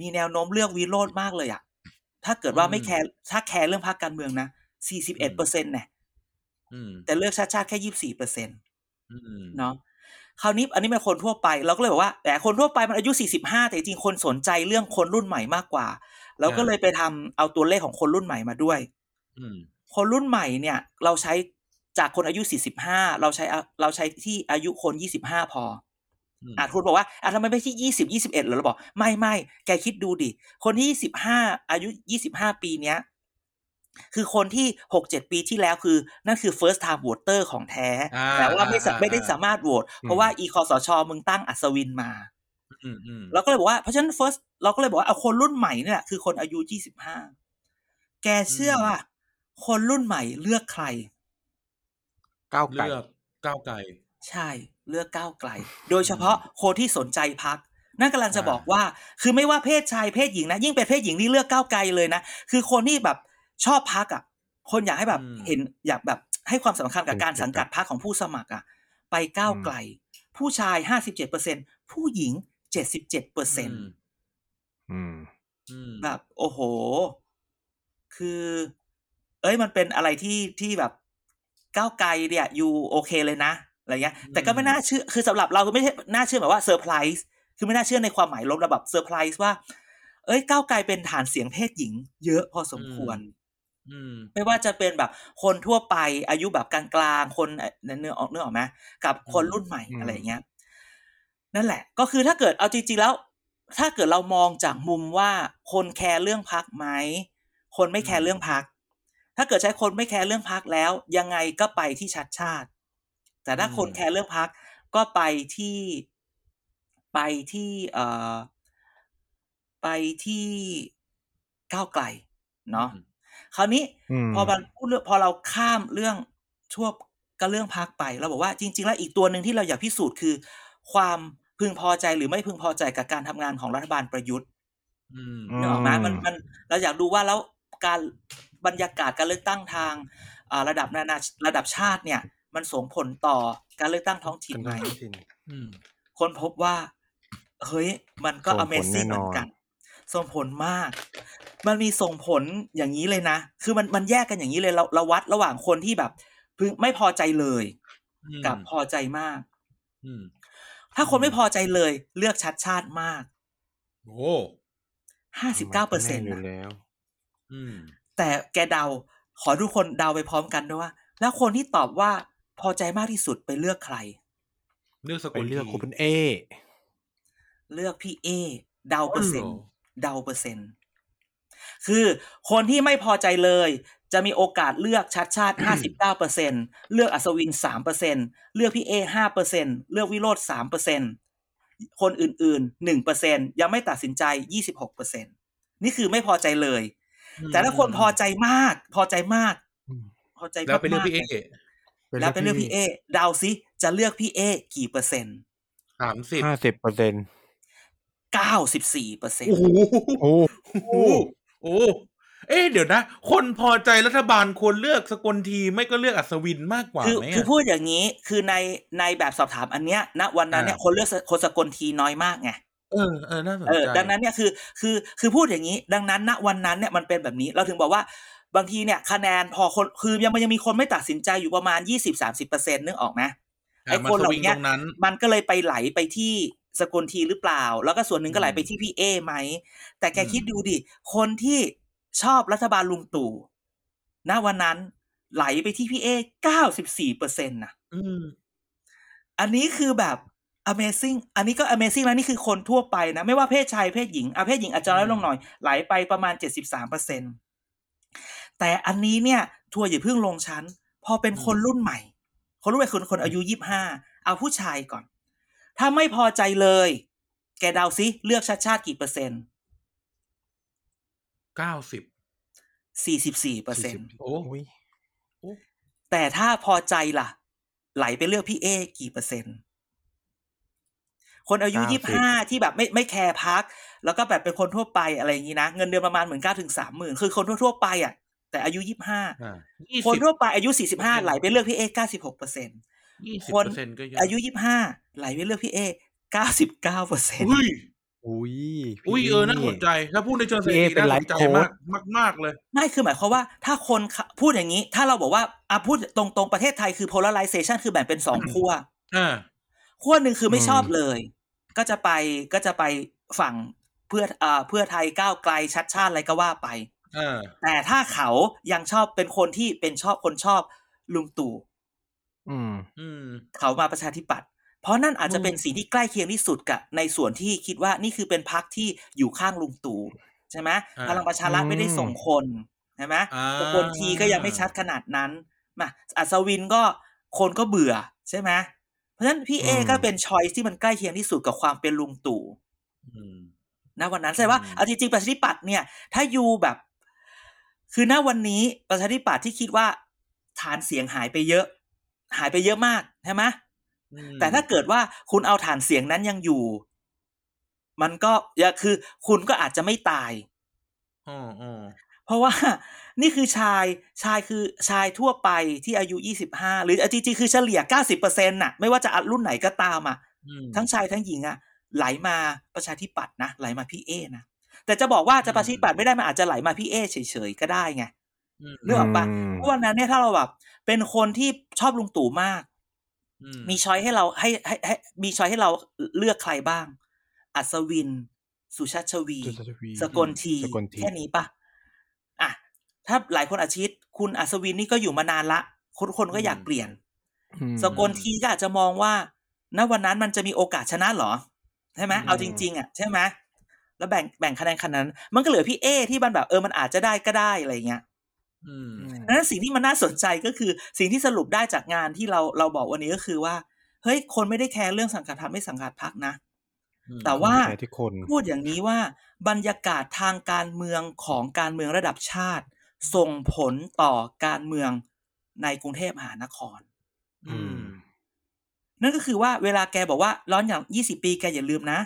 มีแนวโน้มเลือกวิโรธมากเลยอะถ้าเกิดว่าไม่แคร์ถ้าแคร์เรื่องพรรคการเมืองนะ41เปอร์เซ็นต์เนี่ย
อืม
แต่เลือกชาติชาติแค่24เปอร์เซ็น
อืม
เนาะ คราวนี้อันนี้เป็นคนทั่วไปเราก็เลยบอกว่าแต่คนทั่วไปมันอายุ 45 แต่จริงๆคนสนใจเรื่องคนรุ่นใหม่มากกว่า เราก็เลยไปทำเอาตัวเลขของคนรุ่นใหม่มาด้วย
อืม
คนรุ่นใหม่เนี่ยเราใช้จากคนอายุ 45 เราใช้เราใช้ที่อายุคน 25 พอ
อืม
อ่ะคุณบอกว่าอ่ะทำไมไม่ที่ยี่สิบยี่สิบเอ็ดหรอเราบอกไม่ไม่แกคิดดูดิ คนที่สิบห้าอายุยี่สิบห้าปีเนี้ย คือคนที่หกเจ็ดปีที่แล้วคือ นั่นคือ first time voter ของแท้
อ่า
แต่ว่าไม่สะ
อ่าอ่า
ไม่ได้สามารถโหวตเพราะว่าอีคอสชมึงตั้งอัศวินมา
อืมอืม
เราก็เลยบอกว่าเพราะฉะนั้น first เราก็เลยบอกว่าเอาคนรุ่นใหม่เนี่ยคือคนอายุยี่สิบห้าแกเชื่อว่า คนรุ่นใหม่เลือกใคร
ก้าวไก่
เลือกก้าวไกล
ใช่เลือกก้าวไกล โดยเฉพาะคนที่สนใจพัก นั่นกำลังจะ
อ่า
บอกว่า คือไม่ว่าเพศชายเพศหญิงนะ ยิ่งเป็นเพศหญิงนี่เลือกก้าวไกลเลยนะ คือคนที่แบบชอบพักอ่ะ คนอยากให้แบบเห็นอยากแบบให้ความสำคัญกับการสังกัดพักของผู้สมัครอ่ะ ไปก้าวไกล ผู้ชายห้าสิบเจ็ดเปอร์เซ็นผู้หญิงเจ็ดสิบเจ็ดเปอร์เซ็น
อืม
อืม
อืม
แบบ โอ้โห คือ เอ้ยมันเป็นอะไรที่ที่แบบก้าวไกลเนี่ยอยู่โอเคเลยนะอะไรเงี้ย แต่ก็ไม่น่าเชื่อคือสำหรับเราคือไม่ใช่น่าเชื่อหมายว่าเซอร์ไพรส์คือไม่น่าเชื่อในความหมายลบระแบบเซอร์ไพรส์ว่า เอ้ยก้าวไกลเป็นฐานเสียงเพศหญิง เยอะพอสมควร
อืม
ไม่ว่าจะเป็นแบบคนทั่วไปอายุแบบกลางๆคนเอ่อเนื้อออกเนื้อออกไหมกับคนรุ่นใหม่
อืม
อะไรอย่างเงี้ย นั่นแหละ ก็คือถ้าเกิดเอาจริงๆแล้ว ถ้าเกิดเรามองจากมุมว่าคนแคร์เรื่องพักไหมคนไม่แคร์เรื่องพัก ถ้าเกิดใช้คนไม่แคร์เรื่องพักแล้ว ยังไงก็ไปที่ชัดชาติ แต่ถ้า
อืม
คนแคร์เรื่องพักก็ไปที่ไปที่เอ่อไปที่ก้าวไกลเนาะคราวนี้
ม
พอมันพูดเรื่องพอเราข้ามเรื่องทั่วก็เรื่องพักไปเราบอกว่าจริง ๆ แล้วอีกตัวหนึ่งที่เราอยากพิสูจน์คือ ความพึงพอใจหรือไม่พึงพอใจกับการทำงานของรัฐบาลประยุทธ์
อืม
ม
นึกออกไหมมันมันเราอยากดูว่าแล้วการบรรยากาศการเลือกตั้งทางอ่าระดับนานาระดับชาติเนี่ย มันส่งผลต่อการเลือกตั้งท้องถิ่นไหม
อืม
คนพบว่าเฮ้ยมันก็
ส่งผล
Amazing
แน่นอน
เหมือนกัน ส่งผลมาก มันมีส่งผลอย่างนี้เลยนะ คือมันมันแยกกันอย่างนี้เลยเราเราวัดระหว่างคนที่แบบพึงไม่พอใจเลย
อืม
กับพอใจมาก
อืม
ถ้าคนไม่พอใจเลย เลือกชัดชาติมาก
โอ้
ห้าสิบเก้าเปอร์เซ็นต์
ยู่แล้ว
อืม
แต่แกเดา ขอทุกคนเดาไปพร้อมกันด้วยว่า แล้วคนที่ตอบว่าพอใจมากที่สุดไปเลือกใคร
เลือกส
ไป
กุล
เลือก
ที
คุณเป็นเอ
เลือกพี่เอเดาเปอร์เซ็น
ห
ต์ เดาเปอร์เซ็นต์ คือคนที่ไม่พอใจเลย จะมีโอกาสเลือกชัดชาติ 59เปอร์เซ็นเลือกอัศวิน3เปอร์เซ็นเลือกพี่เอ5เปอร์เซ็นเลือกวิโรธ3เปอร์เซ็นคนอื่นๆ1เปอร์เซ็นยังไม่ตัดสินใจ 26เปอร์เซ็นนี่คือไม่พอใจเลย
อืม
แต่ถ้าคนพอใจมาก พอใจมาก
อืม
พอใจมาก
แล้วไปเลือกพี่เอ
แล้วไปเลือกพี่เอเดาซิจะเลือกพี่เอกี่เปอร์เซ็นต์
สามสิบ
ห้าสิบเปอร์เซ็นต์
94เปอร์เซ็น
โอ้โห
โอ้
โอ้โอ้เอ๊ะเดี๋ยวนะ คนพอใจรัฐบาลควรเลือกสกลทีไม่ก็เลือกอัศวินมากกว่า
คือ
ไหม
คือ
อะ
พูดอย่างนี้คือในในแบบสอบถามอันเนี้ยณวันนั้นเนี่ย
อ่า
คนเลือกสคนสกลทีน้อยมากไง
เออเออน่าสน
เอ
ใจ
อดังนั้นเนี่ยคือคือคือพูดอย่างนี้ ดังนั้นณวันนั้นเนี่ยมันเป็นแบบนี้เราถึงบอกว่าบางทีเนี่ยคะแนนพอคนคือยังมันยังมีคนไม่ตัดสินใจอยู่ประมาณ 20-30%เนึกออกไหม ไอ้
อ่ะมา
คน
ส
เหล่า
วิง
เนี้ย
ตรงนั้น
มันก็เลยไปไหลไปที่สกลทีหรือเปล่า แล้วก็ส่วนหนึ่งก็ไหลไปที่พี่เอไหม แต่แก
อืม
คิดดูดิ คนที่ชอบรัฐบาลลุงตู่ณวันนั้นไหลไปที่พี่เอ94เปอร์เซ็นต์นะ
อืม
อันนี้คือแบบ Amazing อันนี้ก็ Amazing นะนี่คือคนทั่วไปนะ ไม่ว่าเพศชายเพศหญิงอาเพศหญิงอาจจะน้อยลงหน่อย ไหลไปประมาณ 73เปอร์เซ็นแต่อันนี้เนี่ย ทัวร์อย่าเพิ่งลงชั้น พอเป็นคนรุ่นใหม่ คนรุ่นใหม่คือคนอายุ 25 เอาผู้ชายก่อน ถ้าไม่พอใจเลย แกเดาซิเลือกชาติชาติกี่เปอร์เซ็นต์
เก้าสิบ
44เปอร์เซ็น
โอ้
โอ้ย
แต่ถ้าพอใจล่ะ ไหลไปเลือกพี่เอกี่เปอร์เซ็นต์ คนอายุยี่สิบห้าที่แบบไม่ไม่แคร์พัก แล้วก็แบบเป็นคนทั่วไปอะไรอย่างนี้นะ เงินเดือนประมาณหมื่นเก้าถึงสามหมื่นคือคนทั่วๆไปอ่ะ แต่อายุยี่สิบห้า
อ่ายี่
คน
สิบ
ทั่วไปอายุสี่สิบห้าไหลไปเลือกพี่เอเก้าสิบหกเปอร์เซ็นต์
ยี่สิบ
คน
เปอร์เซ็นต์ก็เยอะ
อายุยี่สิบห้าไหลไปเลือกพี่เอเก้าสิบเก้าเปอร์เซ็นต์
อุ้ย
อุ้ย
อุ้ยเออน่าสนใจ ถ้าพูดในเชิงเศรษฐกิจน่าสนใจมากมากมากเลย
ไม่คือหมายความว่าถ้าคนเขาพูดอย่างนี้ [clears throat] ถ้าเราบอกว่าอ่ะพูดตรงๆประเทศไทยคือ polarization คือแบ่งเป็นสองขั้ว
อ่า
ขั้วหนึ่งคือไม่
อืม
ชอบเลย ก็จะไปก็จะไปฝั่งเพื่อเอ่อเพื่อไทยก้าวไกลชัดชาติอะไรก็ว่าไป
เออ
แต่ถ้าเขายังชอบเป็นคนที่เป็นชอบคนชอบลุงตู่
อืม
อืม
เขามาประชาธิปัตย์เพราะนั่นอาจจะเป็นสีที่ใกล้เคียงที่สุดกับในส่วนที่คิดว่านี่คือเป็นพักที่อยู่ข้างลุงตู่ใช่ไหม
อ่า
พลังประชารัฐไม่ได้ส่งคนใช่ไหม
อ่า
แต่คนทีก็ยังไม่ชัดขนาดนั้นมาอัศวินก็คนก็เบื่อใช่ไหมเพราะฉะนั้นพี่เอ
อืม
ก็เป็นชอยที่มันใกล้เคียงที่สุดกับความเป็นลุงตู่
อืม
นะวันนั้นแสดงว่า
อืม
เอาจริงๆประชาธิปัตย์เนี่ย ถ้าอยู่แบบ คือณวันนี้ประชาธิปัตย์ที่คิดว่าฐานเสียงหายไปเยอะ หายไปเยอะมากใช่ไหม
อืม
แต่ถ้าเกิดว่าคุณเอาฐานเสียงนั้นยังอยู่ มันก็อย่าคือคุณก็อาจจะไม่ตาย
อ๋ออ๋อ
เพราะว่า [laughs] นี่คือชายชายคือชายทั่วไปที่อายุ 25 หรือจริงๆคือเฉลี่ย 90%น่ะ ไม่ว่าจะอัดรุ่นไหนก็ตามอ่ะ
อืม
ทั้งชายทั้งหญิงอ่ะ ไหลมาประชาธิปัตย์นะ ไหลมาพี่เอนะ แต่จะบอกว่าจะประชาธิปัตย์ไม่ได้มันอาจจะไหลมาพี่เอเฉยๆก็ได้ไง
อืม
เรื่องออกปะ เพราะวันนั้นเนี่ยถ้าเราแบบเป็นคนที่ชอบลุงตู่มาก
อื
มีช้อยให้เราให้ให้ให้มีช้อยให้เราเลือกใครบ้าง อัศวิน สุชาติชวี สกลที
สกลที
แค่นี้ปะอ่ะถ้าหลายคนอาชีพคุณอัศวินนี่ก็อยู่มานานละ คนคนก็อยากเปลี่ยน
อืม
สกลทีก็อาจจะมองว่าณวันนั้นมันจะมีโอกาสชนะเหรอ ใช่ไหม
อืม
เอาจริง ๆ อ่ะ ใช่ไหมแล้วแบ่งแบ่งคะแนนคะนั้น มันก็เหลือพี่เอที่มันแบบเออมันอาจจะได้ก็ได้อะไรอย่างเงี้ย
อืม
อืม
ดังนั้นสิ่งที่มันน่าสนใจก็คือสิ่งที่สรุปได้จากงานที่เราเราบอกวันนี้ก็คือว่าเฮ้ยคนไม่ได้แคร์เรื่องสังกัดพรรคไม่สังกัดพรรคนะ แต่ว่า
แค่ที่คน
พูดอย่างนี้ว่าบรรยากาศทางการเมืองของการเมืองระดับชาติ ส่งผลต่อการเมืองในกรุงเทพมหานคร
อืม
นั่นก็คือว่าเวลาแกบอกว่าร้อนอย่าง 20 ปีแกอย่าลืมนะ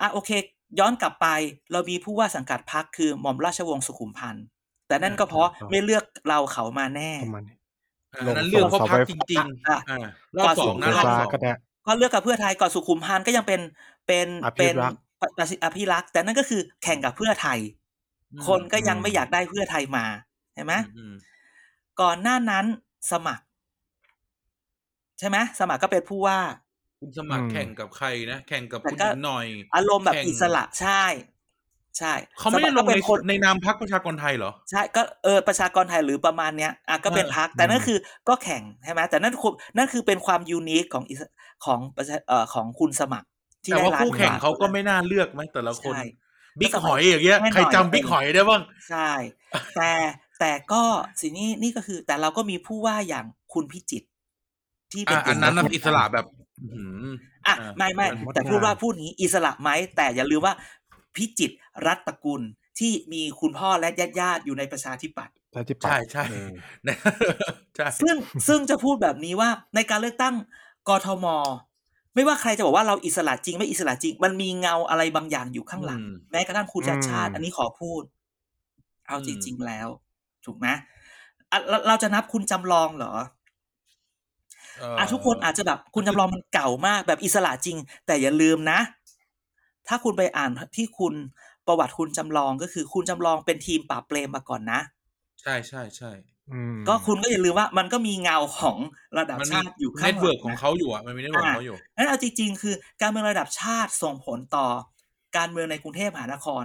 อ่ะโอเค ย้อนกลับไป เรามีผู้ว่าสังกัดพรรคคือหม่อมราชวงศ์สุขุมพันธ์แต่นั่นก็เพราะไม่เลือกเราเขามาแน่
ประมาณนี้
อันนั้นเรื่องเขาพักจริงๆ
อ่ะ
อ่ารอบสองนะรอบสอง
ก็ได้
ก็เลือกกับเพื่อไทยก่อนสุขุมพันธ์ก็ยังเป็นเป็น
อภิ
เป็น
รักษ์
ปฏิอภิรักษ์แต่นั่นก็คือแข่งกับเพื่อไทย
อืม
คนก็ยังไม่อยากได้เพื่อไทยมาใช่ไหม
อืม
ก่อนหน้านั้นสมัคร ใช่ไหมสมัครก็เป็นผู้ว่า
คุณสมัคร
อืม
แข่งกับใครนะแข่งกับ
แต่
คุณ
ก็
หญิงหน่อย
อารมณ์แบบ
แข่ง
อิสระใช่ ใช่
เขาไม่ได้
ส
ลง
ครก็เป็
ใน
นคน
ในนามพรรคประชากรไทยเหรอ
ใช่ก็เออประชากรไทยหรือประมาณเนี้ยอ่ะก็เป็น
เออ
พักแต่นั่นคือก็แข่งใช่ไหมแต่นั่นคือนั่นคือเป็นความยูนิคของอิสของประชาเอ่อของคุณสมัคร ที่
แต่
ได้
ว่า
ล้าน
คู่แข่ง
ว่
เขาก็ไม่น่าเลือกไหมแต่ละคน
ใช่
บิ๊กหอยอย่างเงี้ย
แน่นอน
ใครจำบิ๊กหอยได้บ้าง
ใช่ แต่แต่ก็สินี่นี่ก็คือ แต่เราก็มีผู้ว่าอย่างคุณพิจิตรที่เป็น
อ่ะอันนั้นน่ะ
เด็ก
อิสระแบบอื้อหือ
อ่ะ
อ่า
ไม่ไม่
เป็นมด
แต่พูด
งาม
ว่าพูดนี้อิสระไหมแต่อย่าลืมว่าพิจิตรรัตตระกุลที่มีคุณพ่อและญาติญาติๆอยู่ในประชาธิปัตย์
แล้วที่ปัด
ใช่ใช่
เออ
นะ [laughs] ใช่
ซึ่งซึ่งจะพูดแบบนี้ว่าในการเลือกตั้งกทม ไม่ว่าใครจะบอกว่าเราอิสระจริงไม่อิสระจริง มันมีเงาอะไรบางอย่างอยู่ข้างหลัง
อืม
แม้กระทั่งคุณชัดชาติ
อืม
อันนี้ขอพูด เอาจ
อืม
ริง ๆ แล้ว ถูกไหมอ่ะเราเราจะนับคุณจำลองเหรอ
เอ่ออ
อ่ะทุกคนอาจจะแบบคุณจำลองมันเก่ามากแบบอิสระจริง แต่อย่าลืมนะ ถ้าคุณไปอ่านที่คุณประวัติคุณจำลองก็คือคุณจำลองเป็นทีมป่าบเปรมมาก่อนนะ
ใช่ใช่ใช่
อืม
ก็คุณก็อย่าลืมว่ามันก็มีเงาของระดับ
มันมี
ชาติอยู่ข้า
เน็
ง
ต
ห
เวิ
ลั
ร์ก
ง
ของ
นะ
เขาอยู่อ่ะมันมีเน็ตเวิร์ก
อ่ะ
ของเขาอยู่
นั่นเอาจริงๆ คือการเมืองระดับชาติส่งผลต่อการเมืองในกรุงเทพมหานคร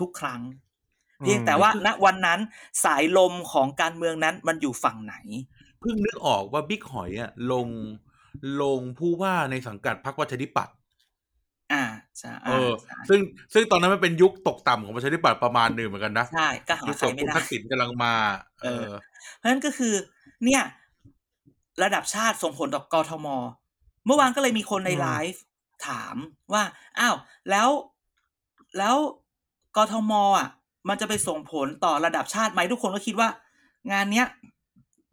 ทุกครั้ง เพียงแต่ว่าณวันนั้นสายลมของการเมืองนั้นมันอยู่ฝั่งไหน
เพิ่งนึกออกว่าบิ๊กหอยอ่ะลงลงผู้ว่าในสังกัดพรรคประชาธิปัตย์
อ่าใช่
เอ
อ่า
อ
ใช่
ซึ่งซึ่งตอนนั้นมันเป็นยุคตกต่ำของประชาธิปัตย์ประมาณหนึ่งเหมือนกันนะ
ใช่ก็หา
ยุค
ใค
ข
ร
อง
ไม่
คุณ
ได้
ทักษิณกำลังมา เออ
เพราะฉะนั้นก็คือเนี่ยระดับชาติส่งผลต่อกทม เมื่อวานก็เลยมีคนในไลฟ์ถามว่าอ้าวแล้วแล้วกทมอ่ะ มันจะไปส่งผลต่อระดับชาติไหมทุกคนก็คิดว่า งานเนี้ย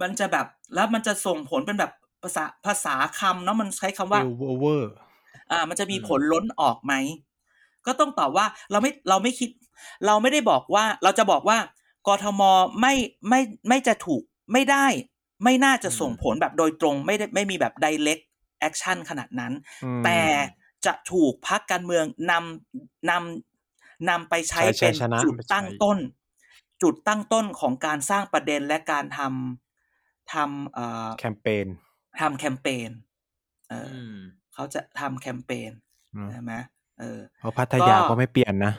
มันจะแบบแล้วมันจะส่งผลเป็นแบบภาษาภาษาคำเนาะมันใช้คำว่า
เอลเวอร์
อ่ามันจะมี
อืม
ผลล้นออกไหม ก็ต้องตอบว่าเราไม่เราไม่คิด เราไม่ได้บอกว่า เราจะบอกว่ากทมไม่ไม่ไม่จะถูกไม่ได้ ไม่น่าจะส่งผลแบบโดยตรง ไม่ได้ไม่มีแบบ direct action ขนาดนั้น แต่จะถูกพักการเมืองนำนำนำไปใช้
ใช้
เป็น
ชนะ
จุด
ไปใช้
ตั้งต้น จุดตั้งต้นของการสร้างประเด็นและการทำทำเอ่อ
แคมเปญ
ทำแคมเปญเอออ
อืม
เขาจะทำแคมเปญ
อืม
ใช่ไหมเออ
เพราะพัทยา
ก็
ก็ไม่เปลี่ยนนะ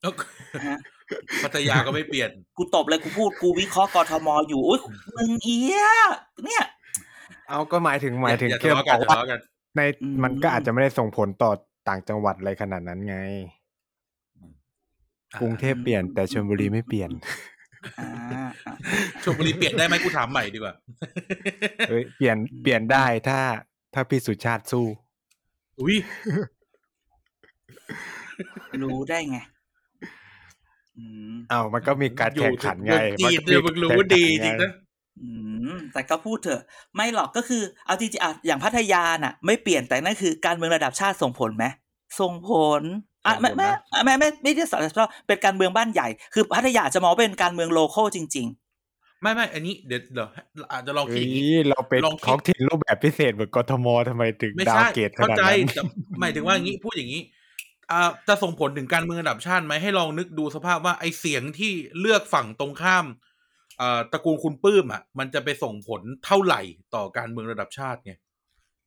เอ้า
นะฮะ
[laughs] พัทยาก็ไม่เปลี่ยน
กูตบเลยกูพูดกูวิเคราะห์กทมอยู่อุ้ยมึงเอียเนี่ย
เอาก็หมายถึงหมายถึง
อย่า
แค่
ทะเลาะกันอย่า
ว่า
ทะเลาะกัน
ในมันก็อาจจะไม่ได้ส่งผลต่อต่างจังหวัดอะไรขนาดนั้นไง กรุงเทพเปลี่ยนแต่ชลบุรีไม่เปลี่ยน
อ่าอ่า
ชลบุรีเปลี่ยนได้ไหมกูถามใหม่ดีกว่า
เอ้ยเปลี่ยนเปลี่ยนได้ถ้าถ้าพี่สุชาติสู้
อุ้ย
รู้ได้ไงอืม
เอามันก็มีการแข่งขันไง
อยู่ถึเมือจีนเนี่ยมึงรู้ว่าดีจริงนะ
อืมแต่ก็พูดเถอะ ไม่หรอกก็คือเอาจริงๆอ่ะอย่างพัทยาน่ะ ไม่เปลี่ยนแต่นั่นคือการเมืองระดับชาติส่งผลไหมส่งผลอ่ะไม่ไม่ไม่ไม่ไม่ได้สารชอบเป็นการเมืองบ้านใหญ่คือพัทยาจะมองว่าเป็นการเมืองโลโก้จริง ไม่
ไม่ไม่อันนี้เดี๋ยวเดี๋ยวอาจจะลองคิ
เฮ้
ด
ย
อย่างนี้
เราเป็น
ลองคิด
ของถิ่นรูปแบบพิเศษเหมือนกทมทำไมถึง
ไม่
ดาว
ใช่
เกตข
เข้า
นาด
ใจ
นั้น
แต่หมายถึงว่าอย่างนี้พูดอย่างนี้อ่าจะส่งผลถึงการเมืองระดับชาติไหมให้ลองนึกดูสภาพว่าไอเสียงที่เลือกฝั่งตรงข้ามอ่าตระกูลคุณปื้มอ่ะ มันจะไปส่งผลเท่าไหร่ต่อการเมืองระดับชาติไง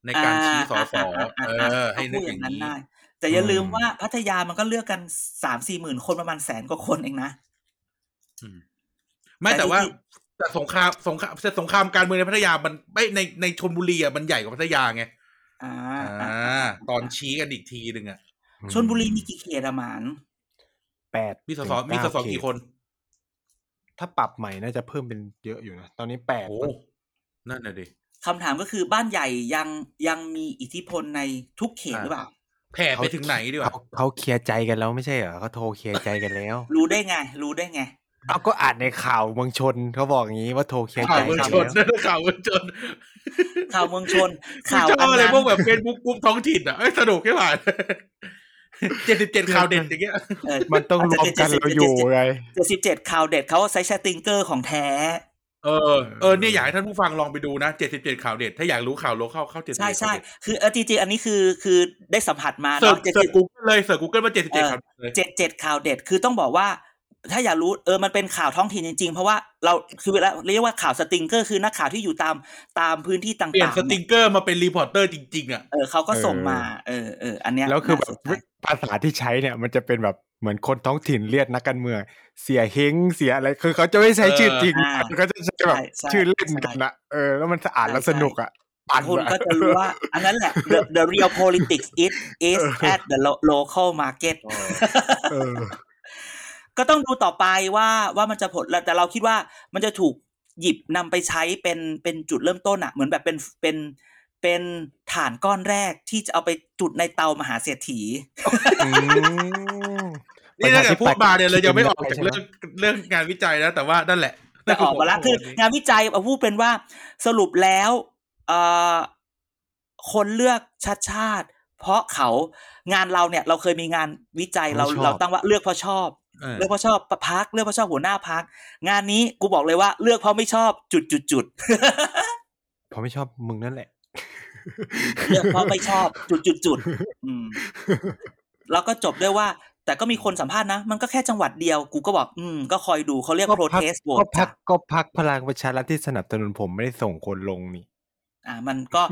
ในการชี้สอสอเออ ให้นึกอย่างนี้
นี้แต่อย่าลืมว่าพัทยามันก็เลือกกันสามสี่หมื่นคนประมาณแสนกว่าคนเองนะ
ไม่
แต่
แต่ว่า
ที่
แต่สงครามสงครามแต่สงครามการเมืองในพัทยามันไม่ในในชนบุรีอ่ะมันใหญ่กว่าพัทยาไง
อ่า
อ่
อ่า
า ตอนชี้กันอีกทีหนึ่งอ่ะ
อืม
ชนบุรีมีกี่เขตอะหมาน
แปด
มีส
ถึง
สมีส
เา
ส
เขต
กี่คน
ถ้าปรับใหม่น่าจะเพิ่มเป็นเยอะอยู่นะ ตอนนี้แปด
โอ้นั่นน่ะดิ
คำถามก็คือบ้านใหญ่ยังยังมีอิทธิพลในทุกเขต
อ่า
หรือเปล่า
แผ่ไปถึงไหนดีวะ
เขาเขาเคลียร์ใจกันแล้วไม่ใช่เหรอเขาโทรเคลียร์ใจกันแล้ว
รู้ได้ไง รู้ได้ไง
เอาก็อ่านในข่าวเมืองชนเขาบอกอย่างนี้ว่าโทรเคลียร์
ข่า
ใจ
วเมือง
กัน
ชน
แล้ว
นั่นนะข่าวเมืองชน
ข่าวเมืองชน
ข่า
ข่าว
ว [laughs]
อัน
อะไร
นั้น
พวกแบบเฟซบุ๊กกลุ่มท้องถิ่นอ่ะเอ้ยสนุกแค่ไหนเจ็ดสิบเจ็ดข่าวเด่นอย่างเงี้ย
เออ
มันต้องรวมกันเราอยู่ไง
เจ็ดสิบเจ็ดข่าวเด็ดเขาใช้สติงเกอร์ของแท้
เออเออเนี่ยอยากให้ท่านผู้ฟังลองไปดูนะเจ็ดสิบเจ็ดข่าวเด่นถ้าอยากรู้ข่าวโลเข้าเข้าเจ็ดสิบ
ใช่
เจ็ด
ใช่คือเออจริงๆอันนี้คือคือได้สัมผัสมา
เสิร์ช
เนาะเจ็ด
เสิ
สิ
ร์ช
บ
กูเกิลเลยเสิร์ชกูเกิลมาเจ็ดสิบเจ็ดข่าวเด่นเลย
เจ็ดเจ็ดข่าวเด็ดคือต้องบอกว่า ถ้าอยากรู้เออมันเป็นข่าวท้องถิ่นจริงๆ เพราะว่าเราคือเวลาเรียกว่าข่าวสติงเกอร์คือนักข่าวที่อยู่ตามตามพื้นที่ต่างๆ
เปลี่ยนสติ
เนี่
ง
ย
เกอร์มาเป็นรีพอร์เตอร์จริง ๆ อ่ะ
เออเขาก็ส่ง
เออ
มา เออเอออันเนี้ย
แล้วคือแบ
น่
บ
าสนใจ
ภาษาที่ใช้เนี่ย มันจะเป็นแบบเหมือนคนท้องถิ่นเรียกนักการเมืองเสียเฮงเสียอะไรคือเขาจะไม่ใช้ชื่อจริง
า
เขาจะใช้แบบ
ใช่
ชื่อเล่น
ใช่
กันนะเออแล้วมันสะอาด
ใช่
แล้วสนุกอ่ะปั่น
คน
อะ
ก็จะรู้ว่า อันนั้นแหละ the the real politics is
[laughs]
is at the lo- local market
เออ
[laughs] ก็ต้องดูต่อไปว่าว่ามันจะผลแต่เราคิดว่ามันจะถูกหยิบนำไปใช้เป็นเป็นจุดเริ่มต้นอะเหมือนแบบเป็นเป็นเป็นฐานก้อนแรกที่จะเอาไปจุดในเตามหาเศรษฐี
นี่ถ้าเกิดพูดมาเนี่ยเรายังไม่ออกจาก
ใช่ไหม
เรื่องเรื่องงานวิจัยนะแต่ว่านั่นแหละ
แต่ออกมา
[laughs]
ละคืองานวิจัยเอาพูดเป็นว่าสรุปแล้วเอ่อคนเลือกชาติชาติ เพราะเขางานเราเนี่ย เราเคยมีงานวิจัยเรา
เพราะชอบ
เราตั้งว่าเลือกเพราะชอบ
เออ
เลือกเพราะชอบพักเลือกเพราะชอบหัวหน้าพักงานนี้กูบอกเลยว่าเลือกเพราะไม่ชอบจุดจุดจุด
ผมไม่ชอบมึงนั่นแหละ
เลือกเพราะไม่ชอบจุดจุดจุดอืมแล้วก็จบด้วยว่า แต่ก็มีคนสัมภาษณ์นะ มันก็แค่จังหวัดเดียว กูก็บอก อืม ก็คอยดูเขาเรียก
ก็
โปร
พรรค
เทสโหว
ก็
ต
พั
จ้ะ
กก็พักพลังประชารัฐที่สนับสนุนผมไม่ได้ส่งคนลงนี่
อ่า มันก็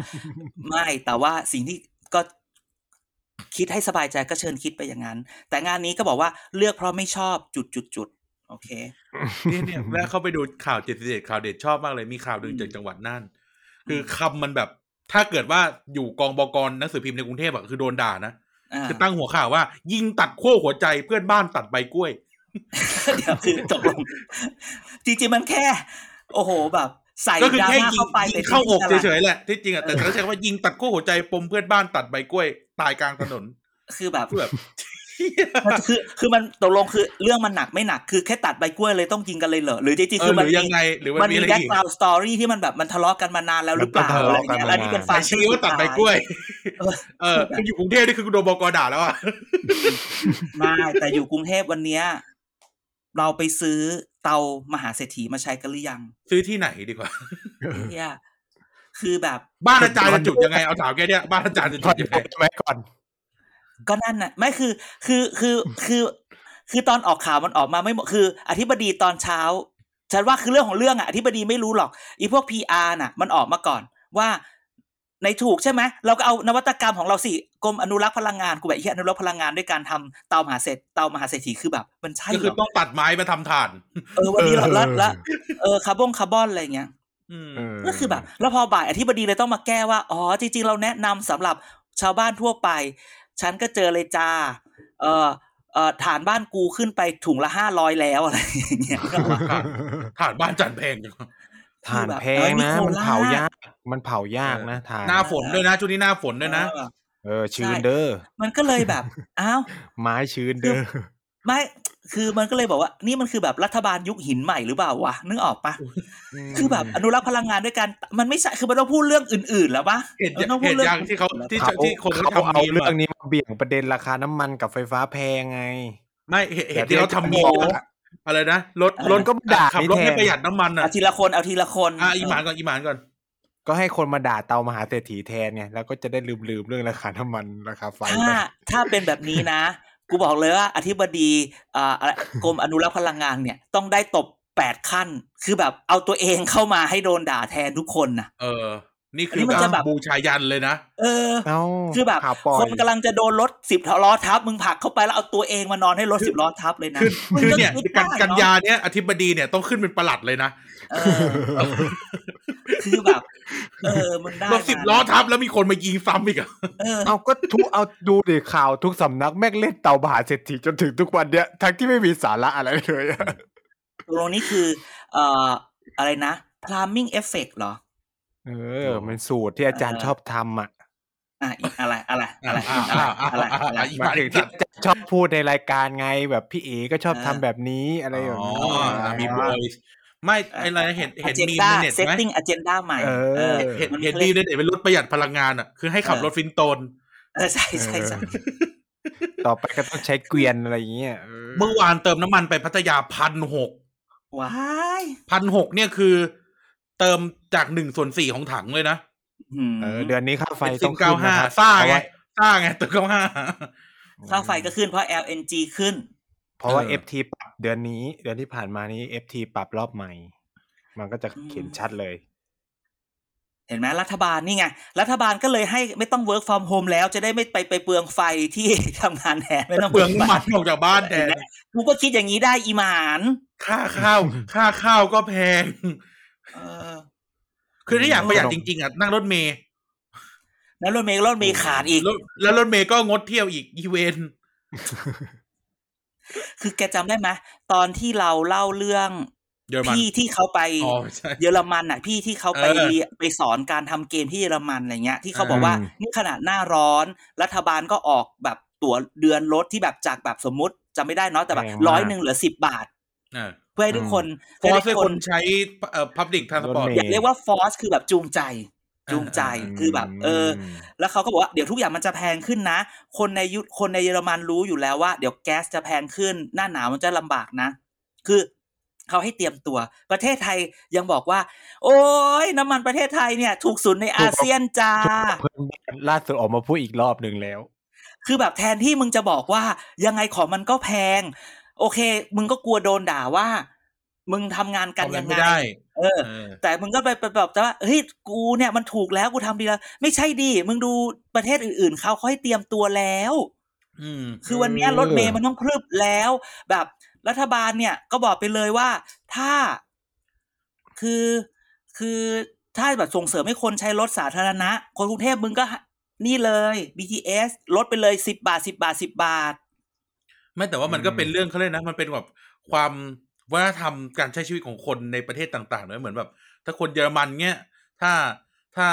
ไม่แต่ว่าสิ่งที่ก็คิดให้สบายใจก็เชิญคิดไปอย่างนั้น แต่งานนี้ก็บอกว่าเลือกเพราะไม่ชอบจุดจุดจุดโอเค
เนี่ยเนี่ยแล้วเข้าไปดูข่าวเจ็ดสิบเจ็ดข่าวเด็ดชอบมากเลยมีข่าวหนึ่งจากจังหวัดน่านคือคำมันแบบ ถ้าเกิดว่าอยู่กองบกรหนังสือพิมพ์ในกรุงเทพอะคือโดนด่านะ
อ่า
คือตั้งหัวข่าวว่า ยิงตัดขั้วหัวใจเพื่อนบ้านตัดใบกล้วย
เดี๋ยวคือตกลงจริงๆมันแค่ โอ้โหแบบใส่
ก็คือ
ดรา
แค่
ม่า
ยิง
เข้าไป
ยิง
แต่
เข้าอก
จริงๆ
เฉ
อะไร
ยๆแหละที่จริงอะแต่
เออ
เขาใช้คำว่ายิงตัดขั้วหัวใจปมเพื่อนบ้านตัดใบกล้วย ตายกลางถนน
คือแบบ [laughs]
คือแบบ
มัน [laughs] คือคือมันตกลงคือเรื่องมันหนักไม่หนักคือแค่ตัดใบกล้วยเลยต้องยิงกันเลยเหรอหรือจริง
เออ
ๆคือ
ห
มัน
รือ
มี
ยังไง หรือ
มั
มัน
น
มี
มี
อะไร
แบ็ก
อีก
กราวด์สตอรี่ที่มันแบบมันทะเลาะกันมานานแล้วหรือเปล่า
มันทะ
อะไร
เลาะกันมา
เงี้ยอันนี้เป็น
แต่
ฝ่าย
ชี้ว่าตัดใบกล้วย เออคืออยู่กรุงเทพนี่คือโดนบกด่าแล้วอ่ะ
ไม่แต่อยู่กรุงเทพวันเนี้ยเราไปซื้อเตามหาเศรษฐีมาใช้กันหรือยัง
ซื้อที่ไหนดีกว่า
เนี่ยคือแบบ
บ้านอาจารย์จะจุดยังไงเอาถามแค่เนี้ยบ้านอาจารย์จะ
ก่
จุ
อน
ดยังไง
ไหมก่อน
ก็นั่นน่ะไม่คือคือคือคือ คือตอนออกข่าวมันออกมาไม่หมดคือ อธิบดีตอนเช้าฉันว่าคือเรื่องของเรื่องอ่ะอธิบดีไม่รู้หรอกอีพวกพีอาร์น่ะ มันออกมาก่อนว่า ในถูกใช่ไหมเราก็เอานวัตกรรมของเราสิกรมอนุรักษ์พลังงานกูแบบเฮียอนุรักษ์พลังงานด้วยการทำเตามหาเศรษเตามหาเศรษฐีคือแบบ มันใช่
ก็
เหร
คือ
อ
ต้องตัดไม้มาทำถ่าน
เออวันนี้เรา
เออ
ละละเออคาร์บอนคาร์บอนอะไรอย่างเงี้ย
อืม
เออ
ก็คือแบบแล้วพอบ่ายอธิบดีเลยต้องมาแก้ว่า อ๋อ จริง ๆ เราแนะนำสำหรับชาวบ้านทั่วไป ฉันก็เจอเลยจ้า เออเออฐานบ้านกูขึ้นไปถุงละห้าร้อยแล้วอะไรอย่างเงี้ยก็ว่า
ถ่านบ้านจันแพงจัง
ถ่านแพงนะ
เออมี
มัน
โคราช
เผายาก มันเผายากนะถ่าน
หน้าฝนด้วยนะช่วงนี้หน้าฝนด้วยนะ
เออ
เออชื้นเด้อ
มันก็เลยแบบ [laughs] อ้าว
ไม้ชื้นเด้อ
ไม่คือมันก็เลยบอกว่า นี่มันคือแบบรัฐบาลยุคหินใหม่หรือเปล่าวะนึกออกปะคือแบบอนุรักษ์พลังงานด้วยกันมันไม่ใช่คือมันต้องพูดเรื่องอื่น ๆ แล้วปะ
เห็น
มันต้อง
เห็
พู
น
ดเรื่
อ
อย่าง ง
ที่เขาที่
เขา
ที่คน
เขา
ทำ
เอา
มีม
เรื่อง
อะ
นี้มาเบี่ยงประเด็นราคาน้ำมันกับไฟฟ้าแพงไง
ไม่เห็นเห็น
แต่
ที่เขาทำมีม
โอ้โห
อะอะไรนะรถ
รถก็มาด่า
ขับ
นี่
รถ
แท
ให้
น
ประหยัดน้ำมันอ่ะ
เอาทีละคนเอาทีละคน
อ่ะอีหมานก่อนอีหมานก่อน
ก็ให้คนมาด่าเตามหาเศรษฐีแทนไงแล้วก็จะได้ลืมลืมๆเรื่องราคาน้ำมันราคาไฟ
ถ้า
ไป
ถ้าเป็นแบบนี้
[laughs]
นะ กูบอกเลยว่าอธิบดีอ่าอะไรกรมอนุรักษ์พลังงานเนี่ยต้องได้ตบแปดขั้น คือแบบเอาตัวเองเข้ามาให้โดนด่าแทนทุกคนนะ
เออ นี่คื
นนี้
อ
มันจะ
แบ
แบบ บ
บูชายันเลยนะ
เออ
เอ้า
คือแบบ
ข่าวปล่อย
คนกำลังจะโดนรถสิบล้อทับ มึงผลักเข้าไปแล้วเอาตัวเองมานอนให้รถสิบล้อทับเลยนะ
คือ
มึง
คือ
ก็
เนี่ยกัน
ดได้
กัน
เอะ
ยาเนี่ยอธิบดีเนี่ยต้องขึ้นเป็นประหลัดเลยนะ
เออคือแบบ เออมันได้
รถสิบ
มา
ล้อทับแล้วมีคนมายิงซ้ำอีกอะ
เออ
เอาก็ทุกเอาดูดิข่าวทุกสำนักแม่งเล่นเตามหาเศรษฐีจนถึงทุกวันเนี้ยทั้งที่ไม่มีสาระอะไรเลยอะ
ตรงนี้คือ เอ่อ อะไรนะ plumbing effect เหรอ
เออมันสูตรที่อาจารย์ชอบทำอ่ะ
อ่ะอีกอะไรอะไรอะไร
อ่า
อะไร
อ่าอ่า
อะไร
อ่า
อะไร
อ่าอีก
หมายถึงที่อาจารย์ชอบพูดในรายการไงแบบพี่เอก็ชอบทำ
อ่า
แบบนี้อะไรอย่าง
อ๋อ
เงี้ย
อ่ะมีบอยไม่ไอ้อะไรนะเห็นเห็นมีม
agenda
ในเน็ตไหม
setting agenda ใหม่
เอ
เอ
อ
อ
เห็น
มัน
เห็น
เครี
ดี
ยด
ในเน็ตเป็นรถประหยัดพลังงานอ่ะคือให้ขับรถฟินโตน
เอ [laughs] อใช่ใช่ใช่
ต่อไปก็ต้องใช้เกวียนอะไรอย่างเงี้ย
เมื่อวานเติมน้ำมันไปพัทยาพันหก
ว้าย
พันหกเนี่ยคือ เติมจากหนึ่งส่วนสี่ของถังเลยนะ
ม
เออเดือนนี้ค่าไฟ
เจ็ดสิ
ต้อบ ง
เก้า
ขึ้น
ห้า
นะครับ
ซ่าไงซ่าไงเติมเก้าห้า
ค่าไฟก็ขึ้นเพราะ LNG ขึ้น
เพราะว่า
เออ
FT ปรับเดือนนี้ เดือนที่ผ่านมานี้ FT ปรับรอบใหม่ มันก็จะเขียนชัดเลย
เห็นไหมรัฐบาลนี่ไง รัฐบาลก็เลยให้ไม่ต้อง work from home แล้วจะได้ไม่ไปไปเปลืองไฟที่ [laughs] ทำงานแทนไม่ต้อง
เปลืองน้ำมันออกจากบ้านแท
เห็น
น
ไหมกูก็คิดอย่างนี้ได้อีหมาน
ค่าข้าว ค่าข้าวก็แพง
เออ
คือถ้าอยากประหยัด
เออ
จริง ๆอ่ะนั่งรถเมย์
แล้วรถเมล์รถเมล์ขาดอีก
รถแล้วรถเมย์ก็งดเที่ยวอีกอีเวนต์
คือแกจำได้ไหมตอนที่เราเล่าเรื่อง
เยอรมัน
พี่ที่เขาไป
อ๋อใช่
เยอรมันน่ะ พี่ที่เขาไป
เออ
ไปสอนการทำเกมที่เยอรมันอะไรเงี้ย ที่เขาบอก
อ่า
ว่านี่ขนาดหน้าร้อน รัฐบาลก็ออกแบบตั๋วเดือนลดที่แบบจากแบบสมมติจำไม่ได้เนาะแต่แบบ
แพงมาก
ร้อยหนึ่งเหลือสิบบาท เพื่อให้ทุกคน
ฟอร์ส
ให้
ให้
ทุก
คนใช้เอ่อพับลิกทางสปอร์ต
รถม
อยากเรียกว่าฟอสคือแบบจูงใจ จูงใจ
อืม
คือแบบ เออ แล้วเขาก็บอกว่าเดี๋ยวทุกอย่างมันจะแพงขึ้นนะ คนในยุคนในเยอรมันรู้อยู่แล้วว่าเดี๋ยวแก๊สจะแพงขึ้น หน้าหนาวมันจะลำบากนะ คือเขาให้เตรียมตัว ประเทศไทยยังบอกว่า โอ้ยน้ำมันประเทศไทยเนี่ย ถูกสุดในอาเซียนจ้า
เพิ่ม [laughs] ล่าสุดออกมาพูดอีกรอบหนึ่งแล้ว
คือแบบแทนที่มึงจะบอกว่ายังไงของมันก็แพง โอเค มึงก็กลัวโดนด่าว่า มึงทำงานกัน
ทำอะไร
ยัง
ไม่
ไง
ได้
เออ
เออ
แต่มึงก็ไปไปแบบว่าเฮ้ยกูเนี่ยมันถูกแล้วกูทำดีแล้ว ไม่ใช่ดี มึงดูประเทศอื่นๆเขาเขาให้เตรียมตัวแล้ว
อืม
คือวันเนี้ย
เออ
รถเมย์มันต้องพรึบแล้ว แบบรัฐบาลเนี่ยก็บอกไปเลยว่าถ้า คือคือถ้าแบบส่งเสริมให้คนใช้รถสาธารณะ คนกรุงเทพมึงก็นี่เลย BTS ลดไปเลยสิบบาทสิบบาทสิบบาท
ไม่แต่ว่ามันก็
อืม
เป็นเรื่องเขาเลยนะ มันเป็นแบบความวัฒนธรรมการใช้ชีวิตของคนในประเทศต่างๆเนอะเหมือนแบบ ถ้าคนเยอรมันเนี้ยถ้าถ้า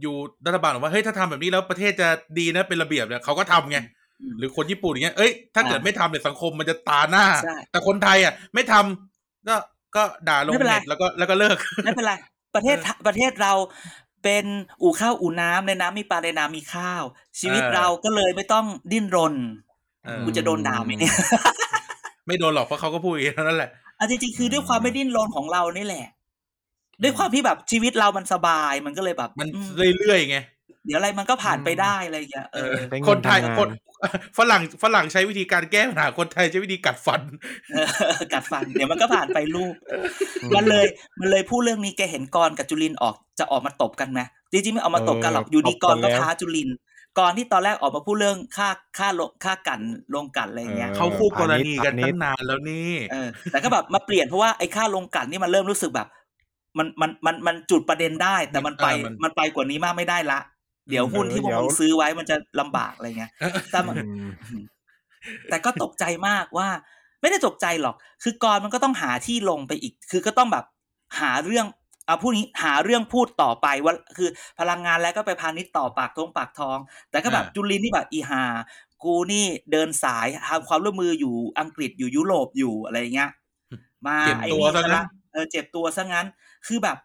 อยู่รัฐบาลบอกว่าเฮ้ยถ้าทำแบบนี้แล้วประเทศจะดีนะเป็นระเบียบเนี่ยเขาก็ทำไง
อืม
หรือคนญี่ปุ่นอย่างเงี้ยเอ้ยถ้าเกิด
อ่า
ไม่ทำเนี่ยสังคมมันจะตาหน้า
ใช่
แต่คนไทยอ่ะ ไม่ทำก็ก็ด่าลง
ไม่เป็นไร
เน็ตแล้วก็แล้วก็เลิก
ไม่เป็นไร ประเทศประเทศเราเป็นอู่ข้าวอู่น้ำในน้ำมีปลาในน้ำมีข้าว ชีวิต
เออ
เราก็เลยไม่ต้องดิ้นรน
เออ
กูจะโดนด่าไหมเนี่ย
ไม่โดนหรอกเพราะเขาก็พูดอย่างนั้นแหละ
เอาจริงๆคือด้วยความไม่ดิ้นรนของเรานี่แหละ ด้วยความที่แบบชีวิตเรามันสบายมันก็เลยแบบ
มัน
อืม
เรื่อยๆไง
เดี๋ยวอะไรมันก็ผ่านไปได้อะไรอย่างเงี้ยเออ
ได้เงิน
คนไทย
ทำงาน
คนฝรั่งฝรั่งใช้วิธีการแก้ปัญหาคนไทยใช้วิธีกัดฟัน
เออกัดฟันเดี๋ยวมันก็ผ่านไปลูกมันเลย มันเลยพูดเรื่องนี้แกเห็นกรกับจุลินออกจะออกมาตบกันไหม จริงๆไม่ออกมาตบกันหรอก
เออ
อยู่ดีกร
ตบกั
ก็
นแล้ว
ท้าจุลินทร์กรที่ตอนแรกออกมาพูดเรื่องค่าค่าลงค่ากันลงกันอะไรอย่างเงี้ย
เขาคู่กรณีกัน
พาณิชย์
ตั้งนานแล้วนี่
เออแต่ก็แบบมาเปลี่ยนเพราะว่าไอ้ค่าลงกลันนี่มันเริ่มรู้สึกแบบ มันมันมันมันจุดประเด็นได้ แต่มันไป
เออมัน
มันไปกว่านี้มากไม่ได้ละ เดี๋ยวหุ้น
เออ
ที่พวก
เดี๋ยว
มึงซื้อไว้มันจะลำบากอะไรเงี้ยแต่มัน
อืม
แต่ก็ตกใจมากว่า ไม่ได้ตกใจหรอก คือกรมันก็ต้องหาที่ลงไปอีก คือก็ต้องแบบหาเรื่องเอาพูดนี้หาเรื่องพูดต่อไปว่าคือพลังงานแล้วก็ไปพาณิชย์ต่อปากทงปากทอง แต่ก็แบบ
อ่า
จุลินนี่แบบอีหากูนี่เดินสายทำความร่วมมืออยู่อังกฤษอยู่ยุโรปอยู่อะไรอย่างเงี้ย มา
เจ็บ
ไอ้
ตัว
นี่
ซะ
ซะ
งั้
ละ
น
เออเจ็บตัวซะงั้น คือแบบ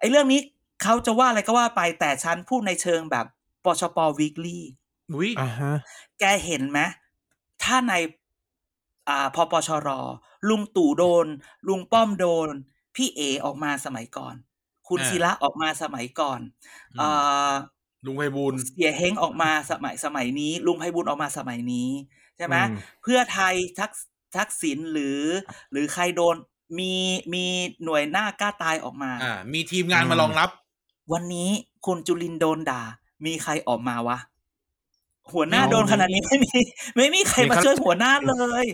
ไอ้เรื่องนี้เขาจะว่าอะไรก็ว่าไปแต่ฉันพูดในเชิงแบบปชปวีคลี่
อุ้ย
อ่าฮะ
แกเห็นไหมถ้าในอ่าพปชร ลุงตู่โดน ลุงป้อมโดน พี่เอออกมาสมัยก่อน คุณศิระออกมาสมัยก่อนเอ่อ
ลุงไพบูลย์
เสียเฮงออกมาสมัยสมัยนี้ ลุงไพบุญออกมาสมัยนี้ ใช่ไหม
อืม
เพื่อไทยทักษทักษิณหรือ หรือใครโดนมีมีหน่วยหน้ากล้าตายออกมา
อ่า มีทีมงานมารองรับ
วันนี้คุณจุลินโดนด่า มีใครออกมาวะ หัวหน้า
ไม่มี
โดนขนาดนี้ไม่มี ไม่มีใคร
มี
มา
ครับ
ช่วยหัวหน้าเลย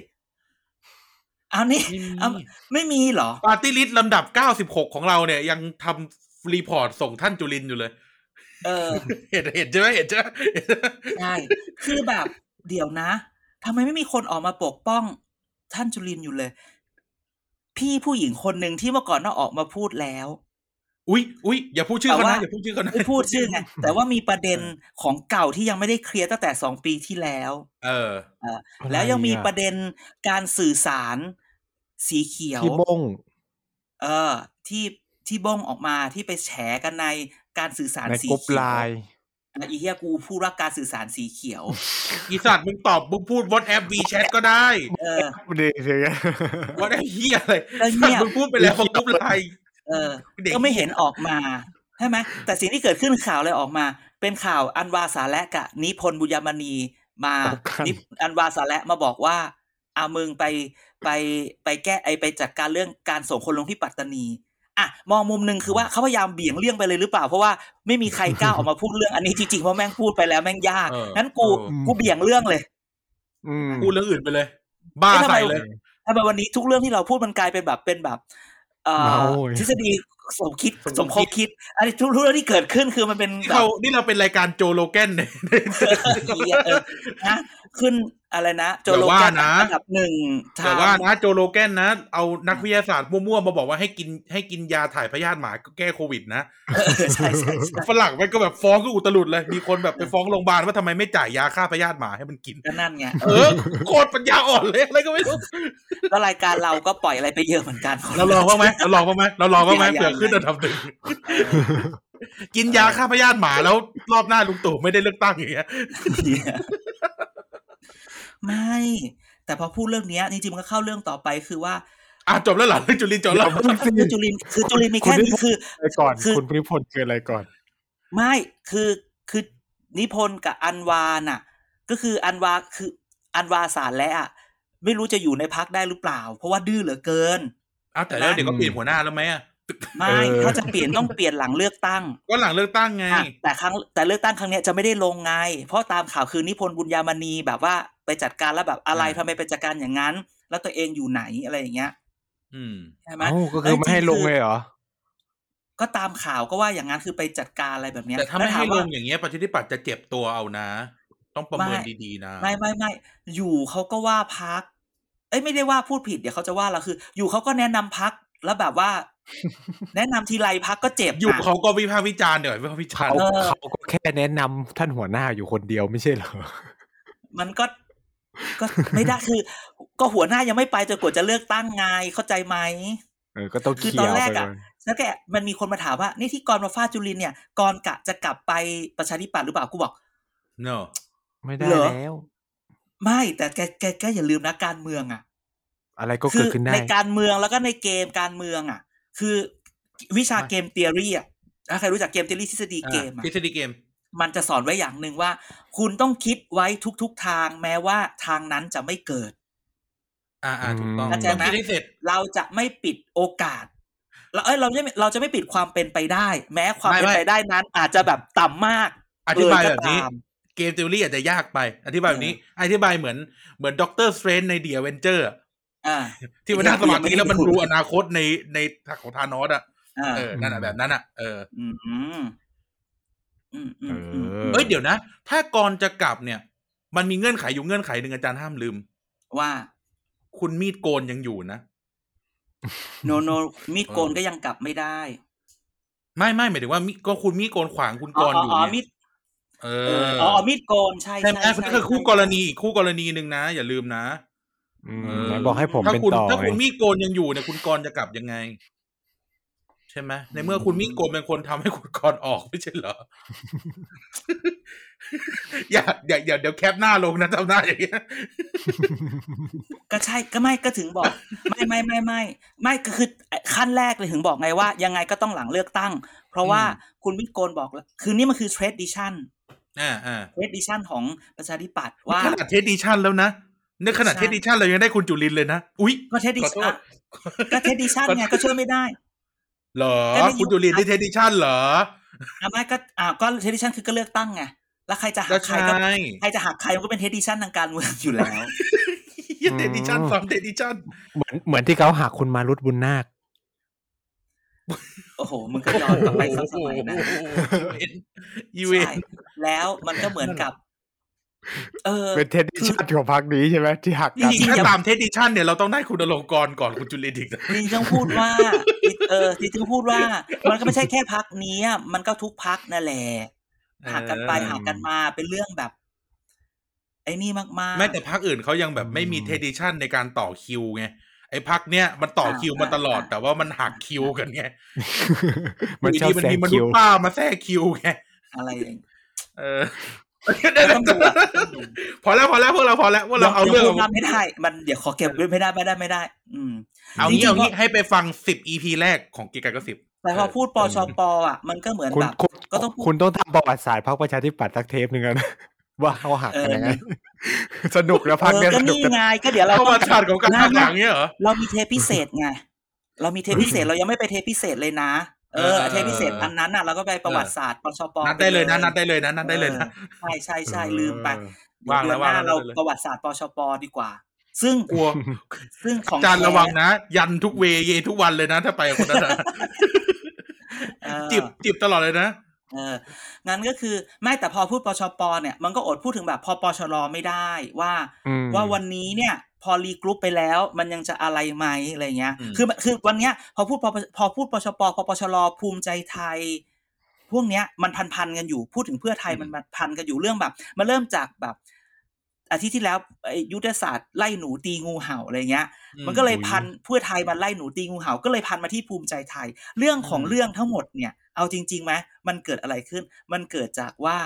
เอานี่
ไม่มี
เอาไม่มีเหรอ
ปาร์ตี้ลิสต์ลำดับ 96 ของเราเนี่ยยังทำรีพอร์ตส่งท่านจุลินอยู่เลย
เออ
เห็นเห็นใช่ไหมเห็นใช่ไหม
ใช่ คือแบบเดี๋ยวนะทำไมไม่มีคนออกมาปกป้อง ท่านจุลินอยู่เลย พี่ผู้หญิงคนหนึ่งที่เมื่อก่อนน่าออกมาพูดแล้ว
อุ้ยอุ้ยอย่าพูดชื่อเขา
แต่
นะ
ว่า
อย่าพูดชื่อเขานะ
ไม่พูดชื่อไงแต่ว่ามีประเด็นของเก่าที่ยังไม่ได้เคลียร์ตั้งแต่สองปีที่แล้ว
เออ
แล้วยังมี
อไอ่
ประเด็นการสื่อสารสีเขียว
ที่บง
เออ ที่ที่บ้งออกมาที่ไปแฉกันในการสื่อสาร
ใน
สี
กรุ๊ป
เขี
ไล
ว
น์
อ่ะอีเฮียกูพูดว่าการสื่อสารสีเขียว
อีสัตว์มึงตอบมึงพูด WhatsApp WeChat ก็ได้
เออ
ดีเถอะ
WhatsApp เฮียอะไร
แล้วเนี่
สัต
ย
[laughs]
ว์มึงพูดไปแล้วของกรุ๊ปไลน์
เออ
เด็ก
ก็ไม่เห็นออกมาใช่ไหมแต่สิ่งที่เกิดขึ้นข่าวเลยออกมา เป็นข่าวอันวาสาและกะนิพนธ์บุญยมณีมา
ตบกัน
นิอันวาสาและมาบอกว่าอามึงไปไปไปแก้ไอไปจัดการเรื่องการส่งคนลงที่ปัตตานีอ่ะมองมุมหนึ่งคือว่าเขาพยายามเบี่ยงเลี่ยงไปเลยหรือเปล่าเพราะว่าไม่มีใครกล้า ออกมาพูดเรื่องอันนี้จริงๆเพราะแม่งพูดไปแล้วแม่งยาก
เออ
งั้นกู
เออ
กูเบี่ยงเรื่องเลย
[laughs] อืม
พูดเรื่องอื่นไปเลย บ้า
เอ๊ะทำไม
ใส่เลย
ทำไมวันนี้ทุกเรื่องที่เราพูดมันกลายเป็นแบบเป็นแบบเอ่อ
เมาเว้ย
ทฤษฎีสมคิด
ส
ส
ม
ม
คบ
ค
คิ
บ
ด
คิดอันนี้ทุกเรื่องที่เกิดขึ้นคือมันเป็น
นี่
แบบ
เขานี่เราเป็นรายการโจโลแกนเนี่ย
เหี้ยเออนะขึ้นอะไรนะโจโล
อย่าว่า
แก
นะ
อันดับหนึ่งท
แต่ว่านะโจโลแกนนะ เอานักวิทยาศาสตร์มั่วๆมาบอกว่าให้กินให้กินยาถ่ายพยาธิหมาแก้โควิดนะ
เอ [laughs] อใช่ใช่ใช่
ฝรั่งมันก็แบบฟ้องก็อุตลุดเลย มีคนแบบไปฟ้องโรงพยาบาลว่าทำไมไม่จ่ายยาฆ่าพยาธิหมาให้มันกิน
ก็นั่นไง
เออโคตรปัญญาอ่อนเลยอะไรก็ไม่รู้
แล้วรายการเราก็ปล่อยอะไรไปเยอะเหมือนกัน
เราลองบ้างไหมเราลองบ้างไหมเราลองบ้างไหม
อย่าอย่า
เผื่อขึ้นอันดับหนึ่งกินยาฆ่าพยาธิหมาแล้วรอบหน้าลุงตู่ไม่ได้เลือกตั้งอย่างเงี้ย
เหี้ยไม่ แต่พอพูดเรื่องเนี้ยจริงๆมันก็เข้าเรื่องต่อไปคือว่า
อ่ะจบแล้วเหรอเรื่องจุลินจบแล้ว
มันสิ
คือจุลินคือจุลินมีแค่นี้คือ
ไปก่อน
คือ
คุณพิพลคืออะไรก่อน
ไม่คือคือนิพนธ์กับอันวาน่ะ ก็คืออันวาคืออันวาสารและอะไม่รู้จะอยู่ในพักได้หรือเปล่า เพราะว่าดื้อเหลือเกิน
อ้าวแต่แล้วเดี๋ยวก็เปลี่ยนหัวหน้าแล้วไหมอ่ะ
ไม่
เออ
ถ้าจะเปลี่ยนต้องเปลี่ยนหลังเลือกตั้ง
ก็หลังเลือกตั้งไง
อ่ะแต่ครั้งแต่เลือกตั้งครั้งเนี้ยจะไม่ได้ลงไง เพราะตามข่าวคือนิพนธ์บุญยามณีแบบว่าไปจัดการแล้วแบบอะไร
อ่า
ทำไมไปจัดการอย่างนั้น แล้วตัวเองอยู่ไหนอะไรอย่างเงี้ย
อืม
ใช่ไหม
เอ้าก็คือไม่ให้ลงเลยเหรอ
ก็ตามข่าวก็ว่าอย่างนั้นคือไปจัดการอะไรแบบเนี้ย
แต่ถ้าไม่
ล้วถ
ให้ล
ว่
งอย่างเงี้ยประชาธิปัตย์จะเจ็บตัวเอานะ ต้องประเมิน
ไม่
ดีๆนะ
ไม่ไม่ไม่อยู่เขาก็ว่าพัก เอ้ยไม่ได้ว่าพูดผิดเดี๋ยวเขาจะว่าเราคือ อยู่เขาก็แนะนำพักแล้วแบบ
[laughs]
ว่า แนะนำทีไรพักก็เจ็บ
อยู่
ะ
เขาก็วิพากษ์วิจารณ์เดี๋ยววิพากษ์วิจารณ์
เขา
เออ
เขาก็แค่แนะนำท่านหัวหน้าอยู่คนเดียวไม่ใช่เหรอ
มันก็ก็ไม่ได้คือ ก็หัวหน้ายังไม่ไปจนกว่าจะเลือกตั้งไงเข้าใจไหม
เออ ก็ต้องเค
คือ
ลีย
ตอน
ร์
แรก
ไปก่
อะ
อน
แล้วแกมันมีคนมาถามว่านี่ที่กรมาฟาดจุลินเนี่ยกรกะจะกลับไปประชาธิปัตย์หรือเปล่ากูบอก
no
ไม่ได้
เหรอ
แล้ว
ไม่แต่แกแกแกอย่าลืมนะการเมืองอ่ะ
อะไรก็
คื
เกิดขึ้นได้
ในการเมืองแล้วก็ในเกมการเมืองอ่ะ คือวิชาเกมเทอรี่อ่ะถ้าใครรู้จักเกมเทอรี่ทฤษฎีเกม
อ่ะ
อ่ะ
ทฤษฎีเกม
มันจะสอนไว้อย่างหนึ่งว่า คุณต้องคิดไว้ทุก ๆ ทางแม้ว่าทางนั้นจะไม่เกิด
อ่าอ่าถูกต้อง
อืม
ต้องคิดให้เสร็จ
เราจะไม่ปิดโอกาส เราเอ้ยเราจะไม่เราจะไม่ปิดความเป็นไปได้ แม้ความ
ไม่
เป็น
ไม่
ไปได้นั้น อาจจะแบบต่ำมาก
อธิบายแบบนี้
เลยก็ตาม
เกมติวรี่อาจจะยากไป อธิบายแบบนี้ อธิบายเหมือนเหมือนด็อกเตอร์สเตรนในเดียเวนเจอร์
อ่า
ที่มันนั่งสมาธิแล้วมัน
ยังไม่ได้ดู
รู้อนาคตในในทางของธานอสอ่ะ
อ่า
เออนั่นอะแบบนั้นอ่ะเออ
อืมอืมอืมอืมอืม
เออ
เอ้ยเดี๋ยวนะ ถ้าก่อนจะกลับเนี่ย มันมีเงื่อนไขอยู่เงื่อนไขหนึ่งอาจารย์ห้ามลืม
ว่า
คุณมีดโกนยังอยู่นะ
โนโนมีดโกนก็ยังกลับไม่ได้
ไม่ไม่หมายถึงว่ามีก็คุณมีดโกนขวางคุณ
อ๋
ก
อ
รอ
อ๋อ
ยู่
อ๋อ
เนี่ย
มีด
เอ
เอ
อ
ออ๋ออ๋อมีดโกนใช่
ใช่
ใช่
ไหม
ใช่
ก็คือคู่กรณีอีกคู่กรณีหนึ่งนะ อย่าลืมนะ
อืม
เออ
ไหนบอกให้ผม
ถ้า
เป็น
คุณ
ต่อ
ถ้า
ไง
คุณมีดโกนยังอยู่เนี่ยคุณกรจะกลับยังไง ใช่ไหมในเมื่อคุณมีดโกนเป็นคนทำให้ [laughs] คุณกรออกไม่ใช่เหรอ อย่าอย่าอย่าเดี๋ยวแคปหน้าลงนะทำหน้าอย่างเงี้ย
ก็ใช่ก็ไม่ก็ถึงบอก [laughs] ไม่ไม่ไม่ไม่ไม่ก็คือขั้นแรกเลยถึงบอกไงว่า ยังไงก็ต้องหลังเลือกตั้ง เพราะว่า
อืม
คุณมีดโกนบอกแล้วคือนี่มันคือ tradition
อ่าอ่า
tradition ของประชาธิปัตย์ว่า
ขนาดเทสดิชันแล้วนะในขนาด
ใช่
เทสดิชันเรายังได้คุณจุลินเลยนะ อุ๊ย
ก็เทสดิ
ขอโท
ชั่น
ษ
ก็เทสดิชั่นไงก็ช่วยไม่ได้
เหรอ
ก็ได้อยู่
คุณจุลินได้เทสดิชันเหรอ
อ่ะไม่ก็อ่าก็เทสดิชั่นคือก็เลือกตั้งไงแล้วใครจะหั
ก็
กใคร
ใช่
ก็ใครจะหักใครมันก็เป็นเทสดิชั่นทางการเมืองอยู่แล้ว
เทสดิชันสองเทสดิชัน
เหมือนเหมือนที่เขาหักคุณมารุตบุญนาค
โอ้โหมึงก็ย้อนกลับไปสักสมัยนะ
ยูเอ็น
ใช่แล้วมันก็เหมือนกับ เออ
เป็นเทนดิชันของพรรคนี้ใช่ไหมที่หัก
จ
กัน
ริงๆถ้าตามเทสดิชันเนี่ยเราต้องได้คุณอลงกรก่อนคุณจุลินอีกนะ
จริงๆต้องพูดว่า เออจริงๆต้องพูดว่า มันก็ไม่ใช่แค่พักนี้อะมันก็ทุกพักนั่นแหละหักกันไป
เออ
หักกันมาเป็นเรื่องแบบ ไอ้นี่มากๆ
แม้แต่พักอื่นเขายังแบบไม่มีเทสดิชันในการต่อคิวไง ไอ้พักเนี่ยมันต่อคิวมาตลอด แต่ว่ามันหักคิวกันไง
มันชอบ
ยู่ดีมั
แซ
มีมนุ
งคิ
ษ
ว
ย์ป้ามาแทรกคิวไง
อะไรอย่างเงี้ย
เออ
ต้องดูอะต้องดู
พอแล้วพอแล้วพวกเราพอแล้วพวกเราเอา
ดี๋ยว
เรื่อง
พูดมกไม่ได้ มันเดี๋ยวขอเก็บไว้ไม่ได้ไม่ได้ไม่ได้ อืม
เอางี้
จริงๆ
เอางี้
ก็
ให้ไปฟังสิบ EP แรกของกิกาก็สิบ
แต่พอพูดปอชอปออ่ะมันก็เหมือน
คุณ
แบบ
คุณ
ก็ต้องพูด
คุณต้องทำประวัติศาสตร์พรรคประชาธิปัตย์สักเทปหนึ่งอะนะ [laughs] ว่าเขาหักกันยังไง [laughs] สนุกแล้วพรรค
เออ
เนี่ย
ก็
สนุก
นี่
กัน
ไงก็เดี๋ยวเรา
เข้า
ต้
มา
อง
ฉากของการหักหลังเนี่ยเหรอ
เรามีเทปพิเศษไงเรามีเทปพิเศษเรายังไม่ไปเทปพิเศษเลยนะ เออ
เออ
เทปพิเศษอันนั้นน่ะเราก็ไปประวัติศาสตร์ปชป
นัดได้เลยนะนัดได้เลยนะนัดได้เลยนะ
ใช่ใช่ใช่ลืมไปเดี๋ย
ว่างแล้ว
เดือนหน้า
ว่างแล้ว
เรา
ได้เลย
ประวัติศาสตร์ปชปดีกว่า ซึ่ง
กลัว
ซึ่งของ
อาจารย์
แท้
ระวังนะ ยันทุกเวเยทุกวันเลยนะ ถ้าไปกับคน [laughs] นั้นนะ
เออ
จิบจิบตลอดเลยนะ
เอองั้นก็คือไม่แต่พอพูดปชปเนี่ยมันก็อดพูดถึงแบบพอปชรไม่ได้ว่า
อืม
ว่าวันนี้เนี่ย พอรีกรุ๊ปไปแล้วมันยังจะอะไรไหมอะไรเงี้ย
อืม
คือคือวันเนี้ยพอพูดพอพอพูดปชปพอปชรภูมิใจไทย พวกเนี้ยมันพันพันๆกันอยู่พูดถึงเพื่อไทยมันมันพันกันอยู่เรื่องแบบมันเริ่มจากแบบ อาทิตย์ที่แล้วไอ้ยุทธศาสตร์ไล่หนูตีงูเห่าอะไรเงี้ย มันก็เลยพันเพื่อไทยมันไล่หนูตีงูเห่าก็เลยพันมาที่ภูมิใจไทย เรื่องของ
อืม
เรื่องทั้งหมดเนี่ย เอาจริงๆไหมมันเกิดอะไรขึ้น มันเกิดจากว่า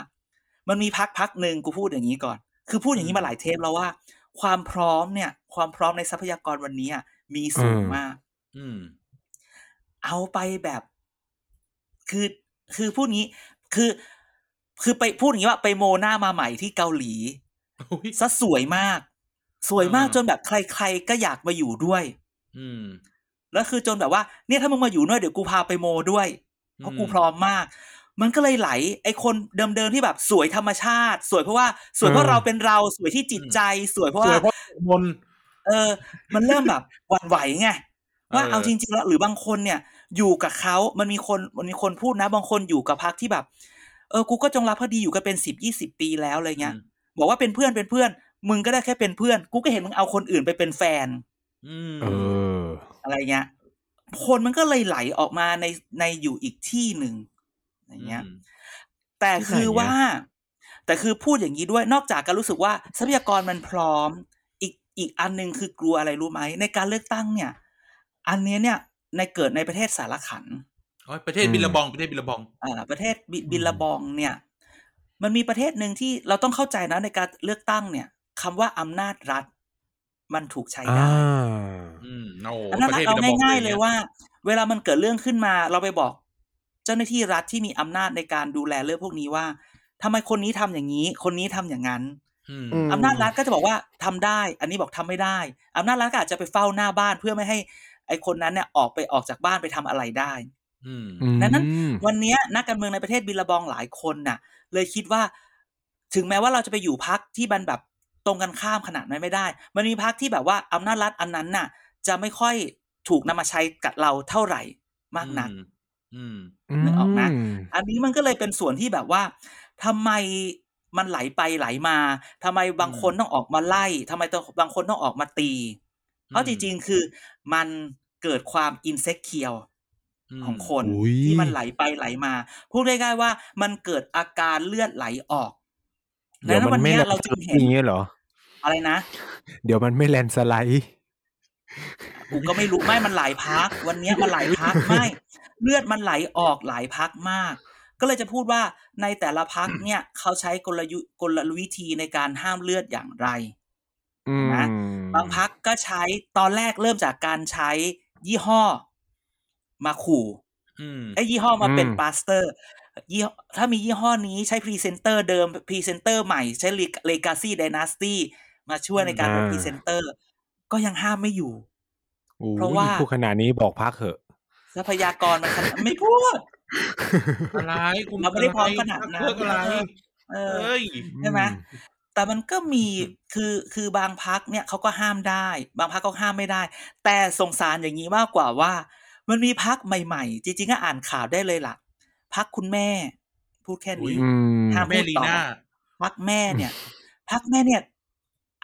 มันมีพักพักหนึ่งกูพูดอย่างนี้ก่อน คือพูดอย่างนี้มาหลายเทปแล้วว่า ความพร้อมเนี่ย ความพร้อมในทรัพยากรวันนี้อะมีสูงมาก
อืม
เอาไปแบบ คือคือพูดงี้ คือ คือไปพูดอย่างนี้ว่าไปโมหน้ามาใหม่ที่เกาหลีซะสวยมาก สวยมาก
อ่า
จนแบบใคร ๆ ก็อยากมาอยู่ด้วย
อืม
แล้วคือจนแบบว่าเนี่ยถ้ามึงมาอยู่ด้วยเดี๋ยวกูพาไปโมด้วย เพราะกูพร้อมมาก มันก็เลยไหล ไอคนเดิมๆที่แบบสวยธรรมชาติ สวยเพราะว่าสวยเพราะเราเป็นเราสวยที่จิตใจ สวยเพราะ
ส
ว่า
วยเพราะมนต์
เออ มันเริ่มแบบหวั่นไหวไงว่า
เออ
เอาจริงๆแล้วหรือบางคนเนี่ย อยู่กับเขามันมีคนมันมีคนพูดนะ บางคนอยู่กับพักที่แบบ เออกูก็จงรักภักดีอยู่กันเป็นสิบยี่สิบปีแล้วอะไรเงี้ยบอกว่าเป็นเพื่อนเป็นเพื่อน มึงก็ได้แค่เป็นเพื่อน กูก็เห็นมึงเอาคนอื่นไปเป็นแฟน
อืม
เออ
อะไรเงี้ย คนมันก็เลยไหลออกมาในในอยู่อีกที่หนึ่งอย่างเงี้ย แต่คือว่า แต่คือพูดอย่างนี้ด้วยนอกจากการรู้สึกว่าทรัพยากรมันพร้อม อีกอีกอันหนึ่งคือกลัวอะไรรู้ไหมในการเลือกตั้งเนี่ย อันเนี้ยเนี่ยในเกิดในประเทศสารขัน
โอ้ยประเทศบิลลาบองประเทศบิลลาบอง
อ่าประเทศบิบิลลาบองเนี่ย มันมีประเทศหนึ่งที่เราต้องเข้าใจนะในการเลือกตั้งเนี่ยคำว่าอำนาจรัฐ มันถูกใช้ได้
อ่า
อืมโอ้
อันนั้น
ประเทศ
เอา
บิลลาบอง
ง่ายๆ
ป็นอง
เล
งี้
ยว่า เวลามันเกิดเรื่องขึ้นมาเราไปบอก เจ้าหน้าที่รัฐที่มีอำนาจในการดูแลเรื่องพวกนี้ว่าทำไมคนนี้ทำอย่างนี้ คนนี้ทำอย่างนั้น
อืม
อืม
อำนาจรัฐก็จะบอกว่าทำได้ อันนี้บอกทำไม่ได้อำนาจรัฐก็อาจจะไปเฝ้าหน้าบ้านเพื่อไม่ให้ ไอ้คนนั้นเนี่ยออกไปออกจากบ้านไปทำอะไรได้
อืม
ดังนั้น
อืม
วันเนี้ยนักการเมืองในประเทศบินระบองหลายคนน่ะ เลยคิดว่า ถึงแม้ว่าเราจะไปอยู่พักที่มันแบบตรงกันข้ามขนาดนั้นไม่ได้ มันมีพักที่แบบว่าอำนาจรัฐอันนั้นน่ะ จะไม่ค่อยถูกนำมาใช้กับเราเท่าไหร่มากนัก
อืม
นึกออกนะ
ม
อันนี้มันก็เลยเป็นส่วนที่แบบว่าทำไมมันไหลไปไหลมาทำไมบางคนต้องออกมาไล่ทำไมต้องบางคนต้องออกมาตีเพราะจริงๆคือมันเกิดความอินเซ็กเคียว
ม
ของคน
อุ๊ย
ที่มันไหลไปไหลมา พูดง่ายๆว่ามันเกิดอาการเลือดไหลออก
เดี๋ยว
ดัง
มันไม่
ย
แล
เรา
นด์ส
จึง
ไลด์
เห็น
อย่างเงี้ยเหรอ
อะไรนะ
เดี๋ยวมันไม่แลนด์สไลด์
กูก็ไม่รู้ไม่มันหลายพัก วันเนี้ยมันหลาย
[laughs]
พักไม่ เลือดมันไหลออกหลายพักมาก ก็เลยจะพูดว่าในแต่ละพักเนี่ยเขาใช้กลยุกลวิธีในการห้ามเลือดอย่างไร
อืม
นะ บางพักก็ใช้ตอนแรกเริ่มจากการใช้ยี่ห้อมาขู่
อืม
ไอ้ยี่ห้อมาเป็นปลาสเตอร์ยี่ห้อถ้ามียี่ห้อนี้ใช้พรีเซนเตอร์เดิมพรีเซนเตอร์ใหม่ใช้เลกาซี่ไดนาสตี้มาช่วยในการเป็นพรีเซนเตอร์ ก็ยังห้ามไม่อยู่
โอ้ย
เพราะว่า
พูดขนาดนี้บอกพักเหอะ
ทรัพยากรมันข [laughs] นาด ไม่พูด
อะไรคุณ
เราไม่ได้พร้อมขนาดนั้น
เลิกอะไร
เออ
เอ้ย
ใช่ไหม แต่มันก็มีคือคือบางพักเนี่ยเขาก็ห้ามได้ บางพักก็ห้ามไม่ได้ แต่สงสารอย่างนี้มากกว่าว่า มันมีพักใหม่ๆ จริงๆก็อ่านข่าวได้เลยล่ะพักคุณแม่ พูดแค่นี้
อืม
ห้าม
แม่ลีน่า
พักแม่เนี่ย พักแม่เนี่ย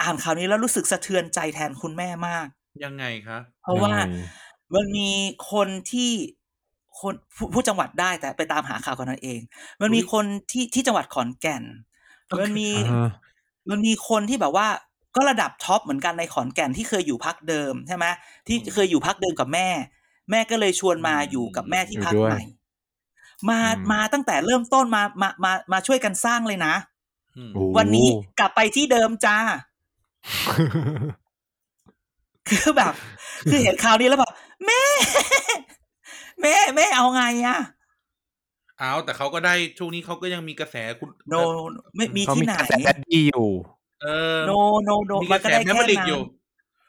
อ่านข่าวนี้แล้วรู้สึกสะเทือนใจแทนคุณแม่มาก
ยังไงคะ
เพราะว่ามันมีคนที่คนผู้ผู้จังหวัดได้แต่ไปตามหาข่าวกันเอาเอง มันมี
อุ๊ย
คนที่ที่จังหวัดขอนแก่น มันมี
อ่า
มันมีคนที่แบบว่าก็ระดับท็อปเหมือนกันในขอนแก่นที่เคยอยู่พักเดิมใช่ไหมที่
อืม
เคยอยู่พักเดิมกับแม่ แม่ก็เลยชวนมา
อืม
อยู่กับแม่ที่พัก
อยู่ด้วย
ใหม่ มา
อืม
มาตั้งแต่เริ่มต้นมามามามาช่วยกันสร้างเลยนะ
อืม
โอ้
วันนี้กลับไปที่เดิมจ้า คือแบบ คือเห็นข่าวนี้แล้วแบบแม่ แม่แม่เอาไงอะ
เอาแต่เขาก็ได้ ช่วงนี้เขาก็ยังมีกระแสคุณ
โนไม่มี
เขา
ที่
มี
ไหน
กระแสดีอยู่
เออ
โนโนโน
มีก
มั
ระ
นก็
แส
ได้
แม
แค่
มลิกอ
นั้
น ยู่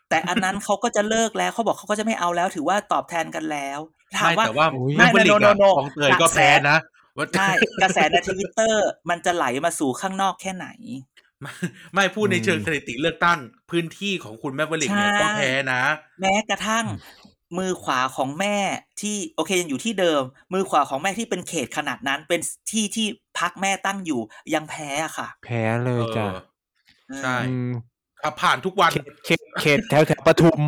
แต่อันนั้นเขาก็จะเลิกแล้วเขาบอกเขาก็จะไม่เอาแล้ว ถือว่าตอบแทนกันแล้วถาม
ไม่
ว่า
แต่ว่า
อุ๊ย
แมมลิก
ไม่
อะ
โนโนโน
ของเตยก็
กระแส
แพ้นะว่า
ใช่กระแสในทวิตเตอร์มันจะไหลมาสู่ข้างนอกแค่ไหน
ไม่พูดใน
อืม
เชิงสถิติเลือกตั้ง พื้นที่ของคุณแมมลิกเนี่ย
ใช่
ก็แพ้นะ
แม้กระทั่ง มือขวาของแม่ที่โอเคยังอยู่ที่เดิม มือขวาของแม่ที่เป็นเขตขนาดนั้น เป็นที่ที่พักแม่ตั้งอยู่ยังแพ้อะค่ะ
แพ้เลยจ้ะ
เออ ใช่
เออ
อืม
ขับผ่านทุกวัน
เขตเขตเขตแถวแถวปทุม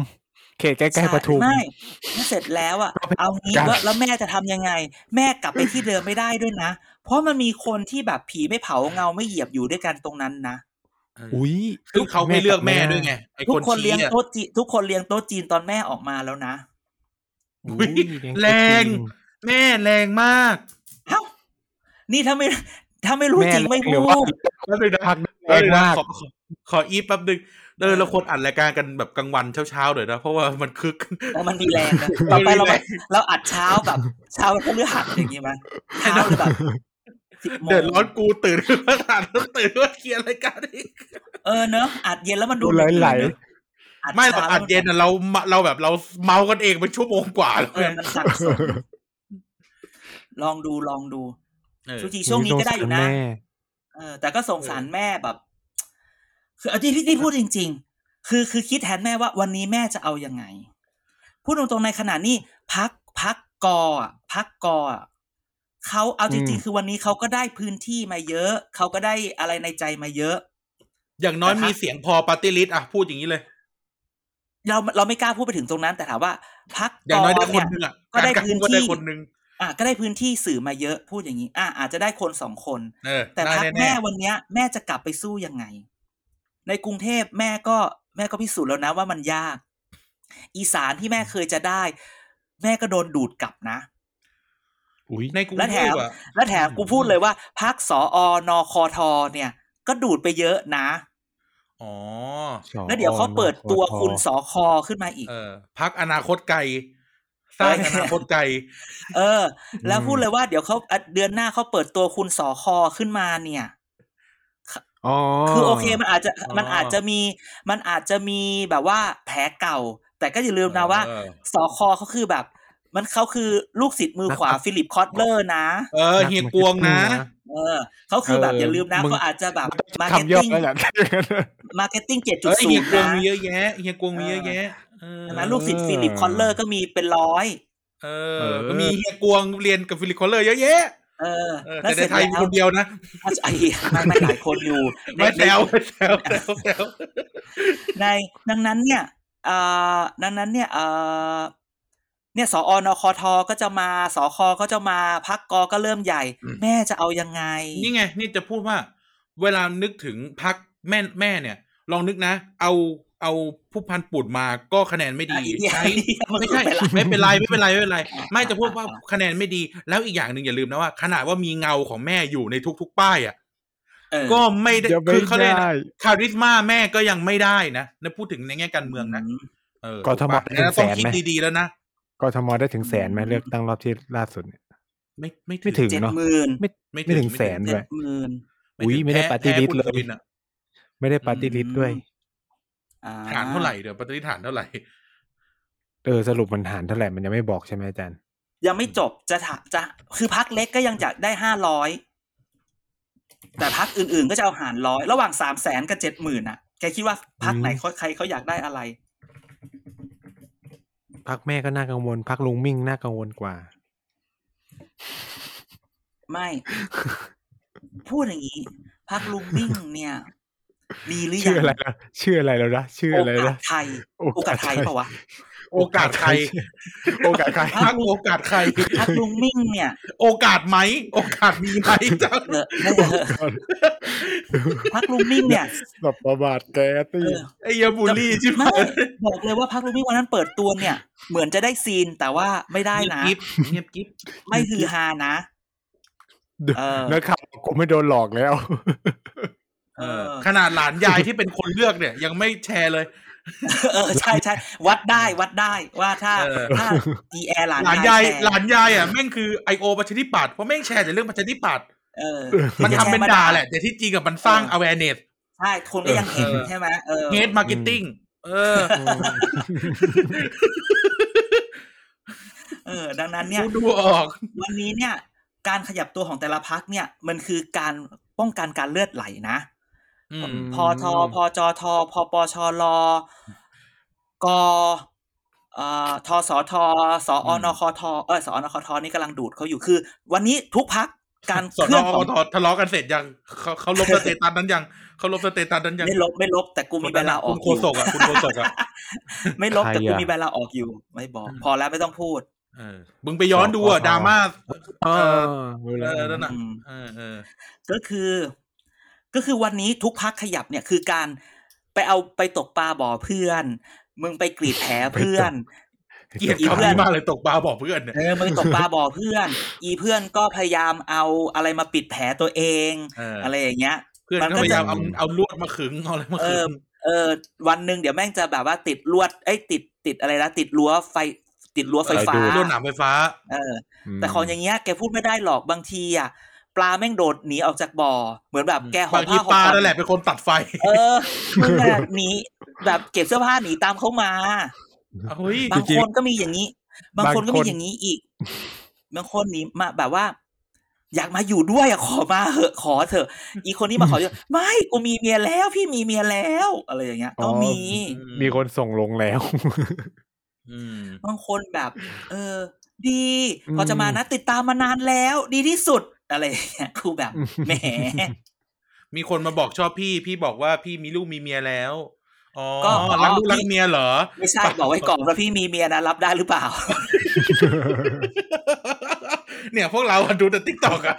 เขตใกล้ๆปทุม
ไม่ถ้าเสร็จแล้วอ่ะ เอางี้
กัน
ว่าแล้วแม่จะทำยังไง แม่กลับไปที่เดิมไม่ได้ด้วยนะ เพราะมันมีคนที่แบบผีไม่เผาเงาไม่เหยียบอยู่ด้วยกันตรงนั้นนะ
อุ้ย
ซึ่งเขาไม่เลือกแม่ด้วยไงไอ้
ทุก
คน
คนเลี้
ชี้
ยง
อะ
โต๊ะจีทุกคนเลี้ยงโต๊ะจีนตอนแม่ออกมาแล้วนะ
อุ๊
อุ๊ยแรง แม่แรงมาก
เอ้านี่ถ้าไม่ [laughs] ถ้าไม่รู้จริงไม่
หรือ
พู
ว่า
ด
แป๊บนึงนะ
พัก
เอ
แร
อง นะ
มาก
ขอขอขออีฟแป๊บนึงเออเราควรอัดรายการกันแบบกลางวันเช้าๆหน่อยนะ เพราะว่ามันคึก
แล้วมันมีแรงนะต่อไปเรา
แรง
เราอัดเช้าแบบเช้าเพื่อหักอย่างงี้มั้ยเช้าหรือแบบ10โมง
เดือดร้อนกูตื่นขึ้นมาถามแล้วตื่นว่าเคลียร์รายการอีก
เออเนอะอัดเย็นแล้วมันดู
ดูไหลไหล
เนอะ
ไม่เรา
ช้
อัดเย็นอะเราเราแบบเราเมากันเองเป็นชั่วโมงกว่าแล้ว
เออมันสับสน [laughs] ลองดูลองดู
เออ
ทุกทีช่วงนี้ก็ได้อยู่นะ
แม่
เออ แต่ก็สงสาร
เออ
แม่แบบ คือเอาที่พี่ที่พูดจริง ๆ คือคือคิดแทนแม่ว่าวันนี้แม่จะเอายังไง พูดตรงๆในขณะนี้พักพักกออะพักกออะเขาเอาจริง ๆ คือวันนี้เขาก็ได้พื้นที่มาเยอะ เขาก็ได้อะไรในใจมาเยอะ
อย่างน้อย
แต่ถ้ามี
มีเสียงพอปาร์ตี้ลิสต์อะพูดอย่างนี้เลย
เราเราไม่กล้าพูดไปถึงตรงนั้น แต่ถามว่าพัก
อก ย่าง
อ
น้อยได้ค
เนี่
นห
ย
นึ่งอะ
ก็ได้
าร
พื้น
ก็ได้
ที่
คนหนึ่ง
อ่ะก็ได้พื้นที่สื่อมาเยอะพูดอย่างนี้ อ่ะอาจจะได้คนสองคน
เออ
แต่
ได้
พัก
แน่ๆ
แม่วันเนี้ย แม่จะกลับไปสู้ยังไง ในกรุงเทพแม่ก็แม่ก็พิสูจน์แล้วนะว่ามันยาก อีสานที่แม่เคยจะได้ แม่ก็โดนดูดกลับนะ
อุ้ย
ในกรุง
และแถ
เทพ
ม
อะ
และแถมกูพูดเลยว่าพักสออนอคอทอเนี่ย ก็ดูดไปเยอะนะ
อ๋อ
แล้วเดี๋ยวเขาเปิดตัวคุณส
สอ
อคอขึ้นมาอีก
เออ พักอนาคตไกลสร้างอนาคตไกล
เออ แล้วพูดเลยว่าเดี๋ยวเขาอ่ะเดือนหน้าเขาเปิดตัวคุณสอคอขึ้นมาเนี่ย
อ๋อ
คือโอเคมันอาจจะ
อ๋อ
มันอาจจะมีมันอาจจะมีแบบว่าแผลเก่า แต่ก็อย่าลืมนะว่า
เออ
สอคอเขาคือแบบ มันเขาคือลูกศิษย์มือขวา
นักปราชญ์
ฟิลิปคอตเลอร์นะ
เออเฮียกวงนะ
เออเขาคือแบบ
เอออ
อย่าลืมนะ
มึง
เขาอาจจะแบบมาร์เก็ต
คำย่อ
ติ้ง
แล้วแห [laughs] ละ
มาร์เก็ตติ้งเจ็ดจุ
เอ
ด
อ
ศู
เฮีย
นย์
กวง
นะ
มีเยอะแยะเฮียกวงมีเยอะแยะเออ
นะลูกศิษย์ฟิลิปคอตเลอร์ก็มีเป็นร้อย
เอ
เอ
อ
อ
ก็มีเฮียกวงเรียนกับฟิลิปคอลเลอร์เยอะแยะ
เออ
เออ
แล้ว
แต่ใน
เสร็จ
ไทยมี
แล้ว
คนเดียวนะ
ไอ้ไม่ไม่หลายคนอยู่ใน
ไม่
ใน
แซวไม่แซวแซวแซ
[laughs]
ว
ในดังนั้นเนี่ยเอ่อดังนั้นเนี่ยเอ่อเนี่ยสอนคทก็จะมาสคก็จะมาพักกก็เริ่มใหญ่ แม่จะเอายังไง
นี่ไง นี่จะพูดว่า เวลานึกถึงพักแม่แม่เนี่ย ลองนึกนะ เอาเอาผู้พันปูดมาก็คะแนนไม่ดี
ไอ้เหี้ย
ใช้ [laughs]
ไอ้เหี้ยมัน
ไม่ใช่
ไม่เป็นไร
ไม่เป็นไรไม่เป็นไรไม่เป็นไร [laughs] ไม่จะพูดว่าคะแนนไม่ดี แล้วอีกอย่างหนึ่งอย่าลืมนะว่า ขนาดว่ามีเงาของแม่อยู่ในทุก ๆ ป้ายอ่ะ
เออ
ก็ไม่ได้
จะไม่
คือเขาเรียกนะ
ได้
คาริสมาแม่ก็ยังไม่ได้นะนะพูดถึงในแง่การเมืองนะเออก
ทม
ถูปะ
ได้ถึง
ต้องคิด
แสนไหม
ดีๆแล้วนะ
กทมได้ถึงแสนไหมเลือกตั้งรอบที่ล่าสุดเนี่ย
ไม่ไม่
ไม่ถึง
เจ็ด
เนาะ
หมื่น
ไม่ไม่ถึงแสนด้
เจ็
ว
ด
ย
หมื่น
อุ๊ยไม่ได้
แพ้
party
แพ้
list
คุณ
เลย
กวินอะ
ไม่ได้ปาร์ตี้ลิสต์ด้วย
อ่
ฐานเท่าไหร่เดี๋ยวปฏิฐานเท่าไหร่
เออสรุปมันหารเท่าไหร่มันยังไม่บอกใช่ไหมอาจารย์
ยังไม่จบจะถะจะคือพักเล็กก็ยังจะได้ห้าร้อยแต่พักอื่นๆก็จะเอาหารร้อยระหว่างสามแสนกับเจ็ดหมื่นอ่ะแกคิดว่าพักไหนเขาใครเขาอยากได้อะไร
พักแม่ก็น่ากังวลพักลุงมิ่งน่ากังวลกว่า
ไม่
[laughs]
พูดอย่างนี้พักลุงมิ่งเนี่ย มีหรือยั
ชื่ออะไรนะชื่ออะไรแล้วนะชื่อ
โอ
อะไร
กาส
นะ
ไทย โอกาสไทยเปล่าวะ
โอกาสใคร
โอกาสใคร
พักโอกาสใคร
พักลุงมิ่งเนี่ย
โอกาสไหม โอกาสมีไหมจ้า
[laughs]
เออเออพักลุงมิ่งเนี่ย
แบบประบาทแก
เอ
ตี้
อ
ไอ้เหี้ยาบุลี่ชิบ
ไม่
หาย
บอกเลยว่าพักลุงมิ่งวันนั้นเปิดตัวเนี่ย เหมือนจะได้ซีนแต่ว่าไม่ได้นะ
เงียบกิ๊บเงียบกิ๊บ
ไม่ฮือฮานะ เออ
นักข่าวกูไม่โดนหลอกแล้ว
เออ
ขนาดหลานยายที่เป็นคนเลือกเนี่ย ยังไม่แชร์เลย
[laughs] เออใช่ใช่วัดได้วัดได้ว่าถ้า
เออ
ถ้าดีแอร์หลาน
หลานยาย
แชร์
หลานยายอ่ะแม่งคือไอโอประชาธิปัตย์เพราะแม่งแชร์แต่เรื่องประชาธิปัตย์
เออ
มันทำเป็น
แชร์มา
ด่า
ด่า
แหละ แต่ที่จริงกับมันสร้าง awareness
ใช่คนก็ยังเห็น
เออ
ใช่ไหมเออ
hate marketing เออ
เออ ดังนั้นเนี่ย
กูดูออก
วันนี้เนี่ยการขยับตัวของแต่ละพักเนี่ยมันคือการป้องกันการเลือดไหลนะ
อืม
พอทอพอจอทอพอปอชอลอกเอ่อทอสอทอสออนคอทอเออสอนคอทอนี่กำลังดูดเขาอยู่คือ วันนี้ทุกพักการ
สอ
เคลื่อน
น
ข
อ
อง
ทอทะเลาะกันเสร็จยังเขาเขาลบสเตตัสนั้นยังเขาลบสเตตัสนั้นยัง
ไม่ลบไม่ลบ แต่กูมีใบลาออก
คุณโค
อยู่
ศกอ่ะคุณโคศกอ่ะ
ไม่ลบแต่
ใครอะ
กูมีใบลาออกอยู่ ไม่บอก พอแล้วไม่ต้องพูด
เออมึงไปย้อนดูอ่ะดราม่า
เออ
เออนั่นน่ะ
อืม
เออเออ
ก็คือ ก็คือวันนี้ทุกพักขยับเนี่ยคือการไปเอาไปตกปลาบ่อเพื่อน มึงไปกรีดแผลเพื่อน
เกลียดคำนี้มากเลยตกปลาบอกเพื่อนเนี่ย
เออมึงตกปลาบ่อเพื่อน อีเพื่อนก็พยายามเอาอะไรมาปิดแผลตัวเอง
เอออ
อะไรอย่างเงี้ย
เพื่อนก็พยายามเอาเอาลวดมาขึงเอาอะไรมาขึง
เออ วันหนึ่งเดี๋ยวแม่งจะแบบว่าติดลวดไอ้ยติดติดอะไรนะติดรั้วไฟ ติดรั้วไฟฟ้า
ลวดหนามไฟฟ้า
เออ แต่ของอย่างเงี้ยแกพูดไม่ได้หรอกบางทีอ่ะปลาแม่งโดดหนีออกจากบ่อ เหมือนแบบแกห
บ
อ
บาง
บ
ที
ผ้าหอบ
ปลา
ผ่อ
นั่นแหละเป็นคนตัดไฟ
เออมึงแบบหนีแบบเก็บเสื้อผ้าหนีตามเขามา
เฮ้ย
บาง
จริง
ค
ๆ
นก็มีอย่างนี้ บางคนก็
บางคน
มีอย่างนี้อีก บางคนหนีมาแบบว่า อยากมาอยู่ด้วยอะขอมาเหอะขอเถอะ อีคนนี้มาขอ
[laughs]
เยอะไม่กูมีเมียแล้วพี่มีเมียแล้วอะไรอย่างเงี้ยก็มี
มีคนส่งลงแล้ว
อืม
บางคนแบบ เออ ดีพออ
ม
จะมานะติดตามมานานแล้ว ดีที่สุดอะไรอย่างเงี้ยกูแบบ
[laughs]
แหม
มีคนมาบอกชอบพี่ พี่บอกว่าพี่มีลูกมีเมียแล้วอ๋อ
ก็อ๋อ
รักลูกรักเมียเหรอ
ไม่ใช่บอกไว้ก่อนว่าพี่มีเมียนะรับได้หรือเปล่า [laughs]
เนี่ยพวกเราอะดูแต่ติ๊กตอกอะ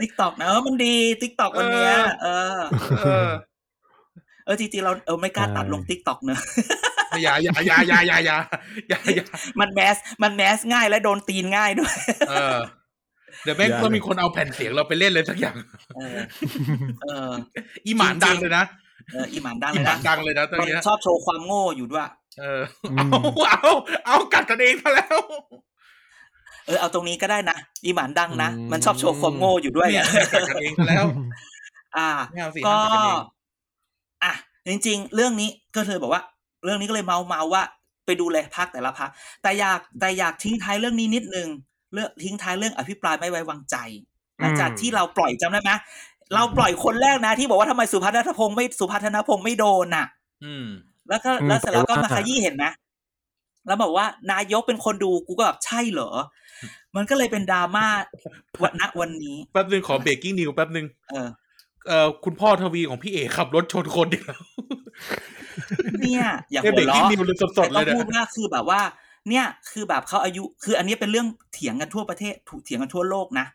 ติ๊กตอกนะเออมันดีติ๊กตอกวันเนี้ยเออ
เออ
เออจริงๆเราเออไม่กล้าตัดลงติ๊กต็อกเนอะ
อย่าอย่าอย่าอย่าอย่าอย่าอย่าอย่า
มันแมส มันแมสง่ายและโดนตีนง่ายด้วย
เออเดี๋ยวแม่ง
อย่า
ก็มีคนเอาแผ่นเสียงเราไปเล่นเลยสักอย่าง
เออ เออ
อีหมานดังเลยนะ
เอออีหมันดัง
อี
เลย
หมา
นะ
นดังเลยนะตอน
มัน
เนี้ย
ชอบโชว์ความโง่อยู่ด้วย
เออ
อื
เอา
ม
เอาเอากัดกันเองซะแล้ว
เออเอาตรงนี้ก็ได้นะอีหมันดังนะ
อืม
มันชอบโชว์ความโง่อยู่ด้วย
เนี่ย
อะ
กัดกันเองซะแล้ว
อ่า
ไม่เอาสิ
ก็
กัดกันเอง
อ่ะจริง ๆ เรื่องนี้ก็เลยบอกว่า เรื่องนี้ก็เลยเมาเมาว่า ไปดูเลยพักแต่ละพักแต่อยากแต่อยากทิ้งท้ายเรื่องนี้นิดนึงเรื่องทิ้งท้ายเรื่องอภิปรายไม่ไว้วางใจ หลังจากที่เราปล่อยจำได้ไหมเราปล่อยคนแรกนะที่บอกว่าทำไมสุพัฒนพงศ์ไม่สุพัฒนพงศ์ไม่โดนน่ะ
อืม
แล้วก็
อืม
แล้วเสร็จแล้วก็
แต่
มา
ว่า
ขยี้เห็นไหมแล้วบอกว่านายกเป็นคนดูกูก็แบบใช่เหรอ มันก็เลยเป็นดราม่าวันณวันนี้
แป๊บนึงขอเบรกกิ้งนิวแป๊บนึง
เออ
เอ่อคุณพ่อทวีของพี่เอกขับรถชนคนเดียว
เนี่ยอย่า
เนี่ย
หั
เบร
ว
กกิ้ง
เราะ
นิวเลยส
แต่
ดๆเล
ต้อย ง
เนี่ย
พูดว่าคือแบบว่า เนี่ยคือแบบเขาอายุ คืออันนี้เป็นเรื่องเถียงกันทั่วประเทศถูกเถียงกันทั่วโลกนะ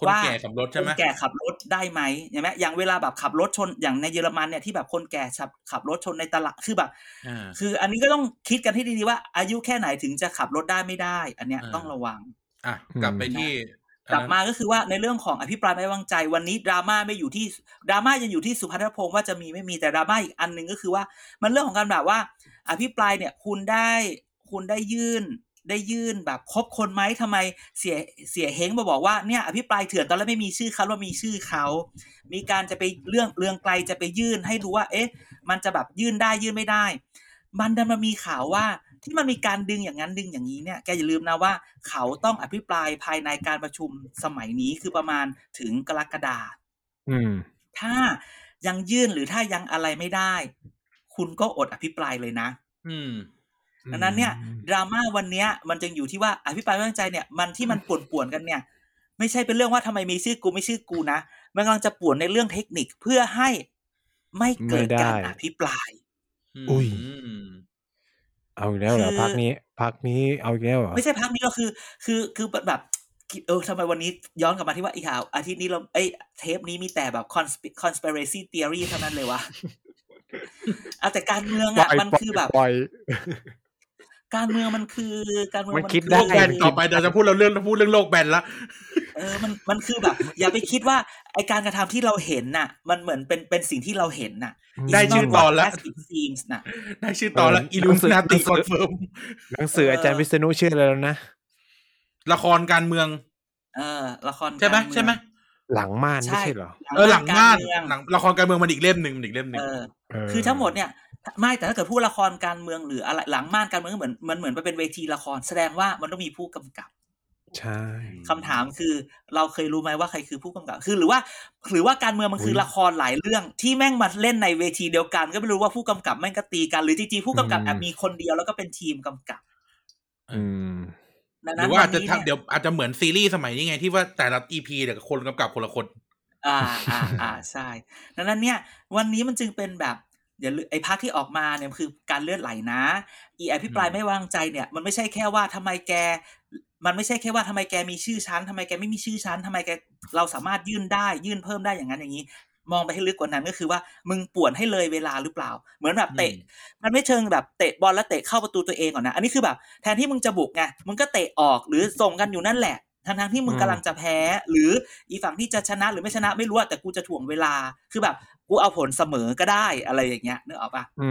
คนแก่
ว่า
ขับรถใช่ไหม
คนแก่ขับรถได้ไหมใช่ไหมอย่างเวลาแบบขับรถชนอย่างในเยอรมันเนี่ยที่แบบคนแก่ขับขับรถชนในตลาดคือแบบ
อ่า
คืออันนี้ก็ต้องคิดกันที่ดีๆว่า อายุแค่ไหนถึงจะขับรถได้ไม่ได้ อันเนี้ย
อ่า
ต้องระวัง
อ่ะกลับไปที่
กลับมาก็คือว่าในเรื่องของอภิปรายไม่ไว้วางใจวันนี้ดราม่าไม่อยู่ที่ดราม่ายังอยู่ที่สุพัฒนพงศ์ว่าจะมีไม่มีแต่ดราม่าอีกอันหนึ่งก็คือว่า มันเรื่องของการแบบว่า อภิปรายเนี่ยคุณได้คุณได้ยื่น ได้ยื่นแบบครบคนไหมทำไมเสียเสียเฮงมาบอกว่าเนี่ยอภิปรายเถื่อนตอนแรกไม่มีชื่อเขาว่ามีชื่อเขา มีการจะไปเรื่องเรื่องไกลจะไปยื่นให้ดูว่า เอ๊ะ มันจะแบบยื่นได้ยื่นไม่ได้ มันดันมามีข่าวว่าที่มันมีการดึงอย่างนั้นดึงอย่างนี้เนี่ยแกอย่าลืมนะว่า เขาต้องอภิปรายภายในการประชุมสมัยนี้คือประมาณถึงกรกฎาคม
อืม
ถ้ายังยื่นหรือถ้ายังอะไรไม่ได้ คุณก็อดอภิปรายเลยนะ
อืม
ดังนั้นเนี่ยดราม่าวันเนี้ยมันจึงอยู่ที่ว่าอภิปรายไม่ไว้วางใจเนี่ยมันที่มันป่วนป่วนๆกันเนี่ย ไม่ใช่เป็นเรื่องว่าทำไมมีชื่อกูไม่ชื่อกูนะมันกำลังจะป่วนในเรื่องเทคนิคเพื่อให้ไม่เกิด
ไม่ได้
การอภิปราย
อ
อุ้
ย
ย เอาอีกแล้วเหรอ
คือ
พักนี้พักนี้เอาอีกแล้วเหรอ
ไม่ใช่พักนี้ก็คือ คือคือแบบเออทำไมวันนี้ย้อนกลับมาที่ว่าไอีข่าวอาทิตย์นี้เราไอยเทปนี้มีแต่แบบ consp- conspiracy theory เท่านั้นเล
[laughs]
ยวะเอาแต่การเมือง
ปล่
อะ
ย
มันคือแบบ
ปล่อย
การเมืองมันคือการเมือง
มันคิด
อ
ได้
โลกแบนต่อไปเดี๋ยวจะพูดเราเรื่องพูดเรื่องโลกแบนละ
เออมันมันคือแบบ อย่าไปคิดว่าไอการกระทำที่เราเห็นน่ะ มันเหมือนเป็นเป็นสิ่งที่เราเห็นน่ะ It's
ได้ชื่อ
not
ตอน
what
ละ
as it seems น่ะ
ได้ชื่อตอนละ
เออ
อิลูมินาติ
หนังสือ
คอนเฟิร์ม
หนังสืออาจารย์วิษณุชื่ออะไรแล้วนะ
ละครการเมือง
เออ ละคร
ใช่ไหม
การเอง
ใช่ไหม
หลังม่าน
ใช่
ไม่ใช่เหรอ
เออหลังม่าน
กรเอง
หนังละครการเมืองมันอีกเล่มหนึ่งมันอีกเล่มหนึ่
เอง อ
เ
คือทั้งหมดเนี่ยไม่แต่ถ้าเกิดพูดละครการเมืองหรืออะไรหลังม่านการเมืองก็เหมือนมันเหมือนไปเป็นเวทีละครแสดงว่ามันต้องมีผู้กำกับ
ใช่
คำถามคือ เราเคยรู้ไหมว่าใครคือผู้กำกับ คือหรือว่า หรือว่าการเมืองมันคือละครหลายเรื่องที่แม่งมาเล่นในเวทีเดียวกัน ก็ไม่รู้ว่าผู้กำกับแม่งก็ตีกันหรือจริงๆผู้กำกับแอบมีคนเดียวแล้วก็เป็นทีมกำกับ
อืม
ดัง
ห
นั้
รื
น
อว่าอาจจะ
น
ทำ
นี้
เดี๋
นี่
ยวอาจจะเหมือนซีรีส์สมัยนี้ไงที่ว่าแต่ละอีพีเนี่ยคนกำกับคนละคน
อ่าอ่าอ่าใช่ดังนั้นเนี่ย วันนี้มันจึงเป็นแบบอย่าลืมไอ้พักที่ออกมาเนี่ยมันคือการเลือดไหลนะ อีอภิปราย
อืม
ไม่วางใจเนี่ย มันไม่ใช่แค่ว่าทำไมแก มันไม่ใช่แค่ว่าทำไมแกมีชื่อชั้นทำไมแกไม่มีชื่อชั้นทำไมแกเราสามารถยื่นได้ยื่นเพิ่มได้อย่างนั้นอย่างนี้ มองไปให้ลึกกว่านั้นก็คือว่ามึงป่วนให้เลยเวลาหรือเปล่า เหมือนแบบเตะ มันไม่เชิงแบบเตะบอลแล้วเตะเข้าประตูตัวเองก่อนนะ อันนี้คือแบบแทนที่มึงจะบุกไงมึงก็เตะออกหรือส่งกันอยู่นั่นแหละทั้งทที่มึง
อืม
กำลังจะแพ้ หรืออีฝั่งที่จะชนะหรือไม่ชนะไม่รู้อะแต่กูจะถ่วงเวลาคือแบบกูเอาผลเสมอก็ได้อะไรอย่างเงี้ยนึกออกปะ
อื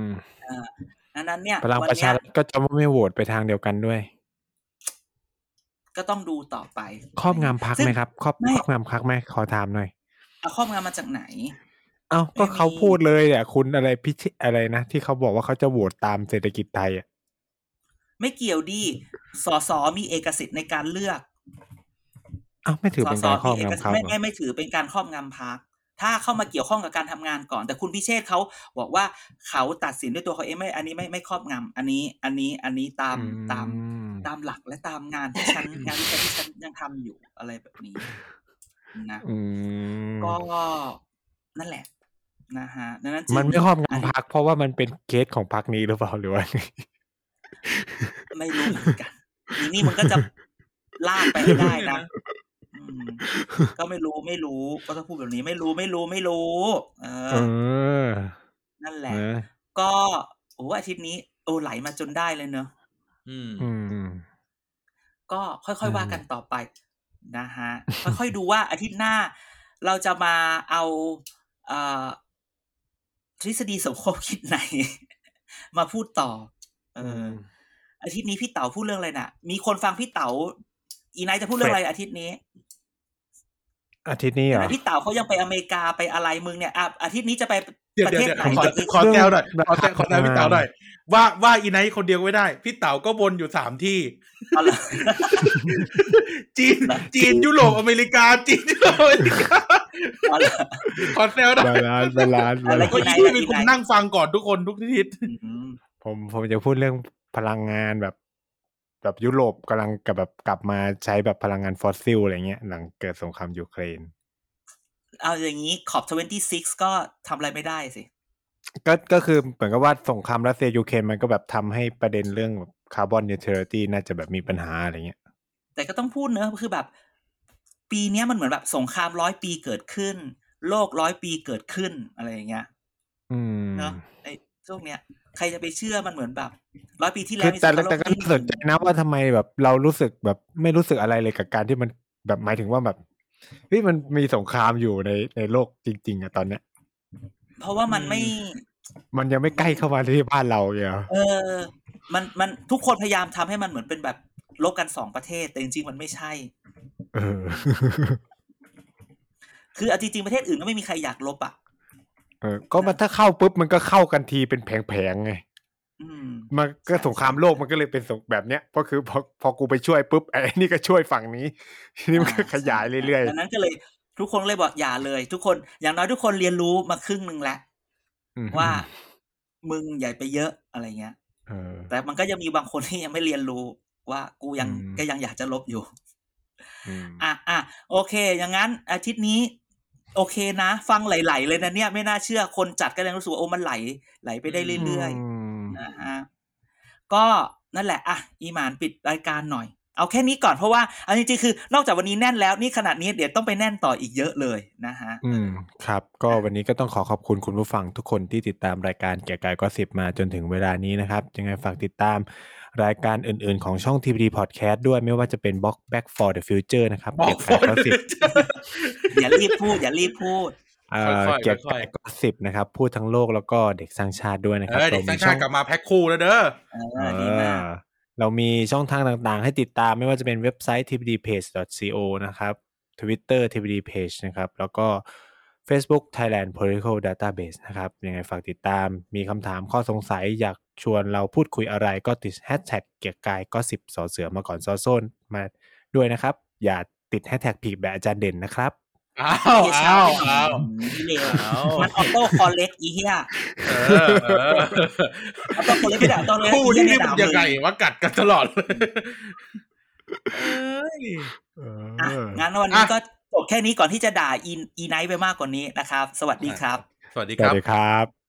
ม
ดังนั้นเนี่ย
พลัง
วั
ประ
เนี้
ชาย รัฐก็จะไม่โหวตไปทางเดียวกันด้วย
ก็ต้องดูต่อไป
ครอบงำพักไหมครับ ครอบ
ไม่
ครอบงำพักไหมขอถามหน่อย
เอาข้อมูลมาจากไหน
เอ้าก็
ไม่มี
เขาพูดเลยเนี่ยคุณอะไรพิชิอะไรนะที่เขาบอกว่าเขาจะโหวตตามเศรษฐกิจไทยอ่ะ
ไม่เกี่ยวดี สสมีเอกสิทธิ์ในการเลือก
เอ้าไม่ถือเป็นการครอบ
มีเอก
งำ
สิท
เขาเหร
ธิ์ไม่
อ
ไม่ไม่ถือเป็นการครอบงำพัก ถ้าเข้ามาเกี่ยวข้องกับการทำงานก่อน แต่คุณพิเชษเขาบอกว่าเขาตัดสินด้วยตัวเขาเองไม่ อันนี้ไม่ไม่ครอบงำอันนี้อันนี้อันนี้ตาม
อื
ตาม
ม
ตามหลักและตามงานที่ฉัน งานวิจัยที่ฉันยังทำอยู่อะไรแบบนี้นะ
อืม
ก็นั่นแหละนะฮะดังนั้นจึง
มันไม่ครอบงำพักเพราะว่ามันเป็นเคสของพักนี้หรือเปล่าหรือว่าไง
ไม่รู้เหมือนกันอีนี่มันก็จะลากไปให้ได้นะอืมก็ไม่รู้ไม่รู้ ก็ต้องพูดแบบนี้ไม่รู้ไม่รู้ไม่รู้ เอ
เอ
อ
อ
นั่นแหละ
เออ
ก็โอ้อาทิตย์นี้โอ้ไหลมาจนได้เลยเนอะ
อืม
อืม
ก็ค่อย
อืม
ๆว่ากันต่อไปนะฮะ ค่อยๆดูว่าอาทิตย์หน้า เราจะมาเอาเอ่อทฤษฎีสมคบคิดไหน มาพูดต่อ เออออาทิตย์นี้พี่เต๋าพูดเรื่องอะไรน่ะ มีคนฟังพี่เต๋าอีไนท์จะพูดเรื่องอะไรอาทิตย์นี้
อาทิตย์นี้เห
เห็
ร
นไหม
อ
พี่เต๋าเขายังไปอเมริกาไปอะไรมึงเนี่ยอ่ะอาทิตย์นี้จะไป
จ ดี๋ยว
ประ
เดี๋ยว
เทศ
เดี๋ยว
ไหน
ขอข
จะ
อแซวหน่อยขอแซวขอแซวพี่เต๋าหน่อยว่าว่าอีไนท์คนเดียวไม่ได้ พี่เต๋าก็วนอยู่สามที่
เอาล่ะ
จีน
นะ
จีนยุโรปอเมริกา จีนยุโรปอเมริ [laughs] กา
เอาล่ะ
ขอแซวหน่อย
บาลานซ์บาลานซ์บา
อะไร
ลานซ์
ก็
คนที่มีคนนั่งฟังก่อนทุกคนทุกทิศ
อืม
ผมผมจะพูดเรื่องพลังงานแบบ แบบยุโรปกำลังกับแบบกลับมาใช้แบบพลังงานฟอสซิลอะไรเงี้ยหลังเกิดสงครามยูเครน
เอาอย่างนี้ขอบ 26 ก็ทำอะไรไม่ได้สิ
ก็ก็คือเหมือนกับว่าสงครามรัสเซียยูเครนมันก็แบบทำให้ประเด็นเรื่องคาร์บอนนิวทรัลิตี้น่าจะแบบมีปัญหาอะไรเงี้ย
แต่ก็ต้องพูดเนอะคือแบบ ปีเนี้ยมันเหมือนแบบสงครามร้อยปีเกิดขึ้น โลกร้อยปีเกิดขึ้นอะไรอย่างเงี้ย
อืม
เนอะไอ้ช่วงเนี้ยใครจะไปเชื่อมันเหมือนแบบร้อยปีที่แล้
คื
ว
อแต่
มี
แต่ก็
สงครามโลกครั้งที่
น่าสนใจนะว่าทำไมแบบเรารู้สึกแบบไม่รู้สึกอะไรเลยกับการที่มันแบบหมายถึงว่าแบบเฮ้ยมันมีสงครามอยู่ในในโลกจริง ๆอะตอนเนี้ย
เพราะว่ามันไม่
มันยังไม่ใกล้เข้ามาที่บ้านเราเนี่ยเหรอ
เออ มันมันทุกคนพยายามทำให้มันเหมือนเป็นแบบลบกันสองประเทศ แต่จริงๆมันไม่ใช่
เออ
คือเอาจริงๆประเทศอื่นก็ไม่มีใครอยากลบอ่ะ
เออ ก็มันถ้าเข้าปุ๊บมันก็เข้ากันทีเป็นแผงๆไง
อืม
มันก็สงครามโลกมันก็เลยเป็นสงแบบเนี้ยเพราะคือพอพอกูไปช่วยปุ๊บไอ้นี่ก็ช่วยฝั่งนี้ ทีนี้มันก็
อ่า
ขยาย
ใช่
เรื่อย
ดังนั้นก็เลยทุกคนเลยบอกอย่าเลย ทุกคนอย่างน้อยทุกคนเรียนรู้มาครึ่งหนึ่งแล้ว
ๆอืม
ว่า มึงใหญ่าไปเยอะอะไรเงี้ย
เออ
แต่มันก็ยังมีบางคนที่ยังไม่เรียนรู้ว่ากูยัง
อืม
ก็ยังอยากจะลบอยู่
อืม
อ่ะอ่ะโอเค อย่างนั้นอาทิตย์นี้ โอเคนะ ฟังไหลๆเลยนะเนี่ยไม่น่าเชื่อคนจัดก็ยังรู้สึกว่าโอ้มันไหล ไหลไปได้เรื่อย
ม
ๆนะฮะก็นั่นแหละอ่ะอีหมานปิดรายการหน่อย เอาแค่นี้ก่อนเพราะว่าเอาจริงๆคือนอกจากวันนี้แน่นแล้วนี่ขนาดนี้เดี๋ยวต้องไปแน่นต่ออีกเยอะเลยนะฮะ
อืมครับ ก็วันนี้ก็ต้องขอขอบคุณคุณผู้ฟังทุกคนที่ติดตามรายการแก่กายก็สิบมาจนถึงเวลานี้นะครับ ยังไงฝากติดตามรายการอื่นๆของช่อง TPD Podcast ด้วยไม่ว่าจะเป็น Box Back for the Future นะครับ
บอก
แก่
คน
กายก็สิบ
อย่ารีบพูด อย่ารีบพูด
เอ่อ
ค่อยๆ
เกี่ยวกับ
ค่อยๆ
ก็สิบนะครับ พูดทั้งโลกแล้วก็เด็กสร้างชาติด้วยนะค
เอ
รับ
อเด็กสร้างชาติกลับ
เ
มาแพ็คคู่แล้วเด้อ
เอ
ร
อดี
มีช่อง
มาก
เออเรามีช่องทางต่างๆ ให้ติดตามไม่ว่าจะเป็นเว็บไซต์ tbdpage.co นะครับ Twitter tbdpage นะครับ แล้วก็ Facebook Thailand Political Database นะครับ ยังไงฝากติดตามมีคำถามข้อสงสัยอยากชวนเราพูดคุยอะไรก็ติดแฮชแท็กเกียร์กายก็สิบสอเสือมาก่อนซอโซนมาด้วยนะครับ อย่าติดแฮชแท็กผิดแบบอาจารย์เด่นนะครับ
อ้าวอ้าวอ้าว
พี่เลว
อ้าว
มันออโต้คอลเลกอีเหี้ย
เออเออ
ออโต้คอลเลกไม่ได้ออโต้เลย
คู่
อี
นี้
เหี้
นี่
ย
มัน
ไม่ด่า
ยังไง
เลย
วะกัดกันตลอดเลยเอ้ย
อ่ะงั้นวันนี้ก็จบแค่นี้ก่อนที่จะด่าอีนอีไนท์ไปมากกว่านี้นะครับ สวัสดีครับ
สวัสดี
ส
ค
วั
รับ
สดีครับ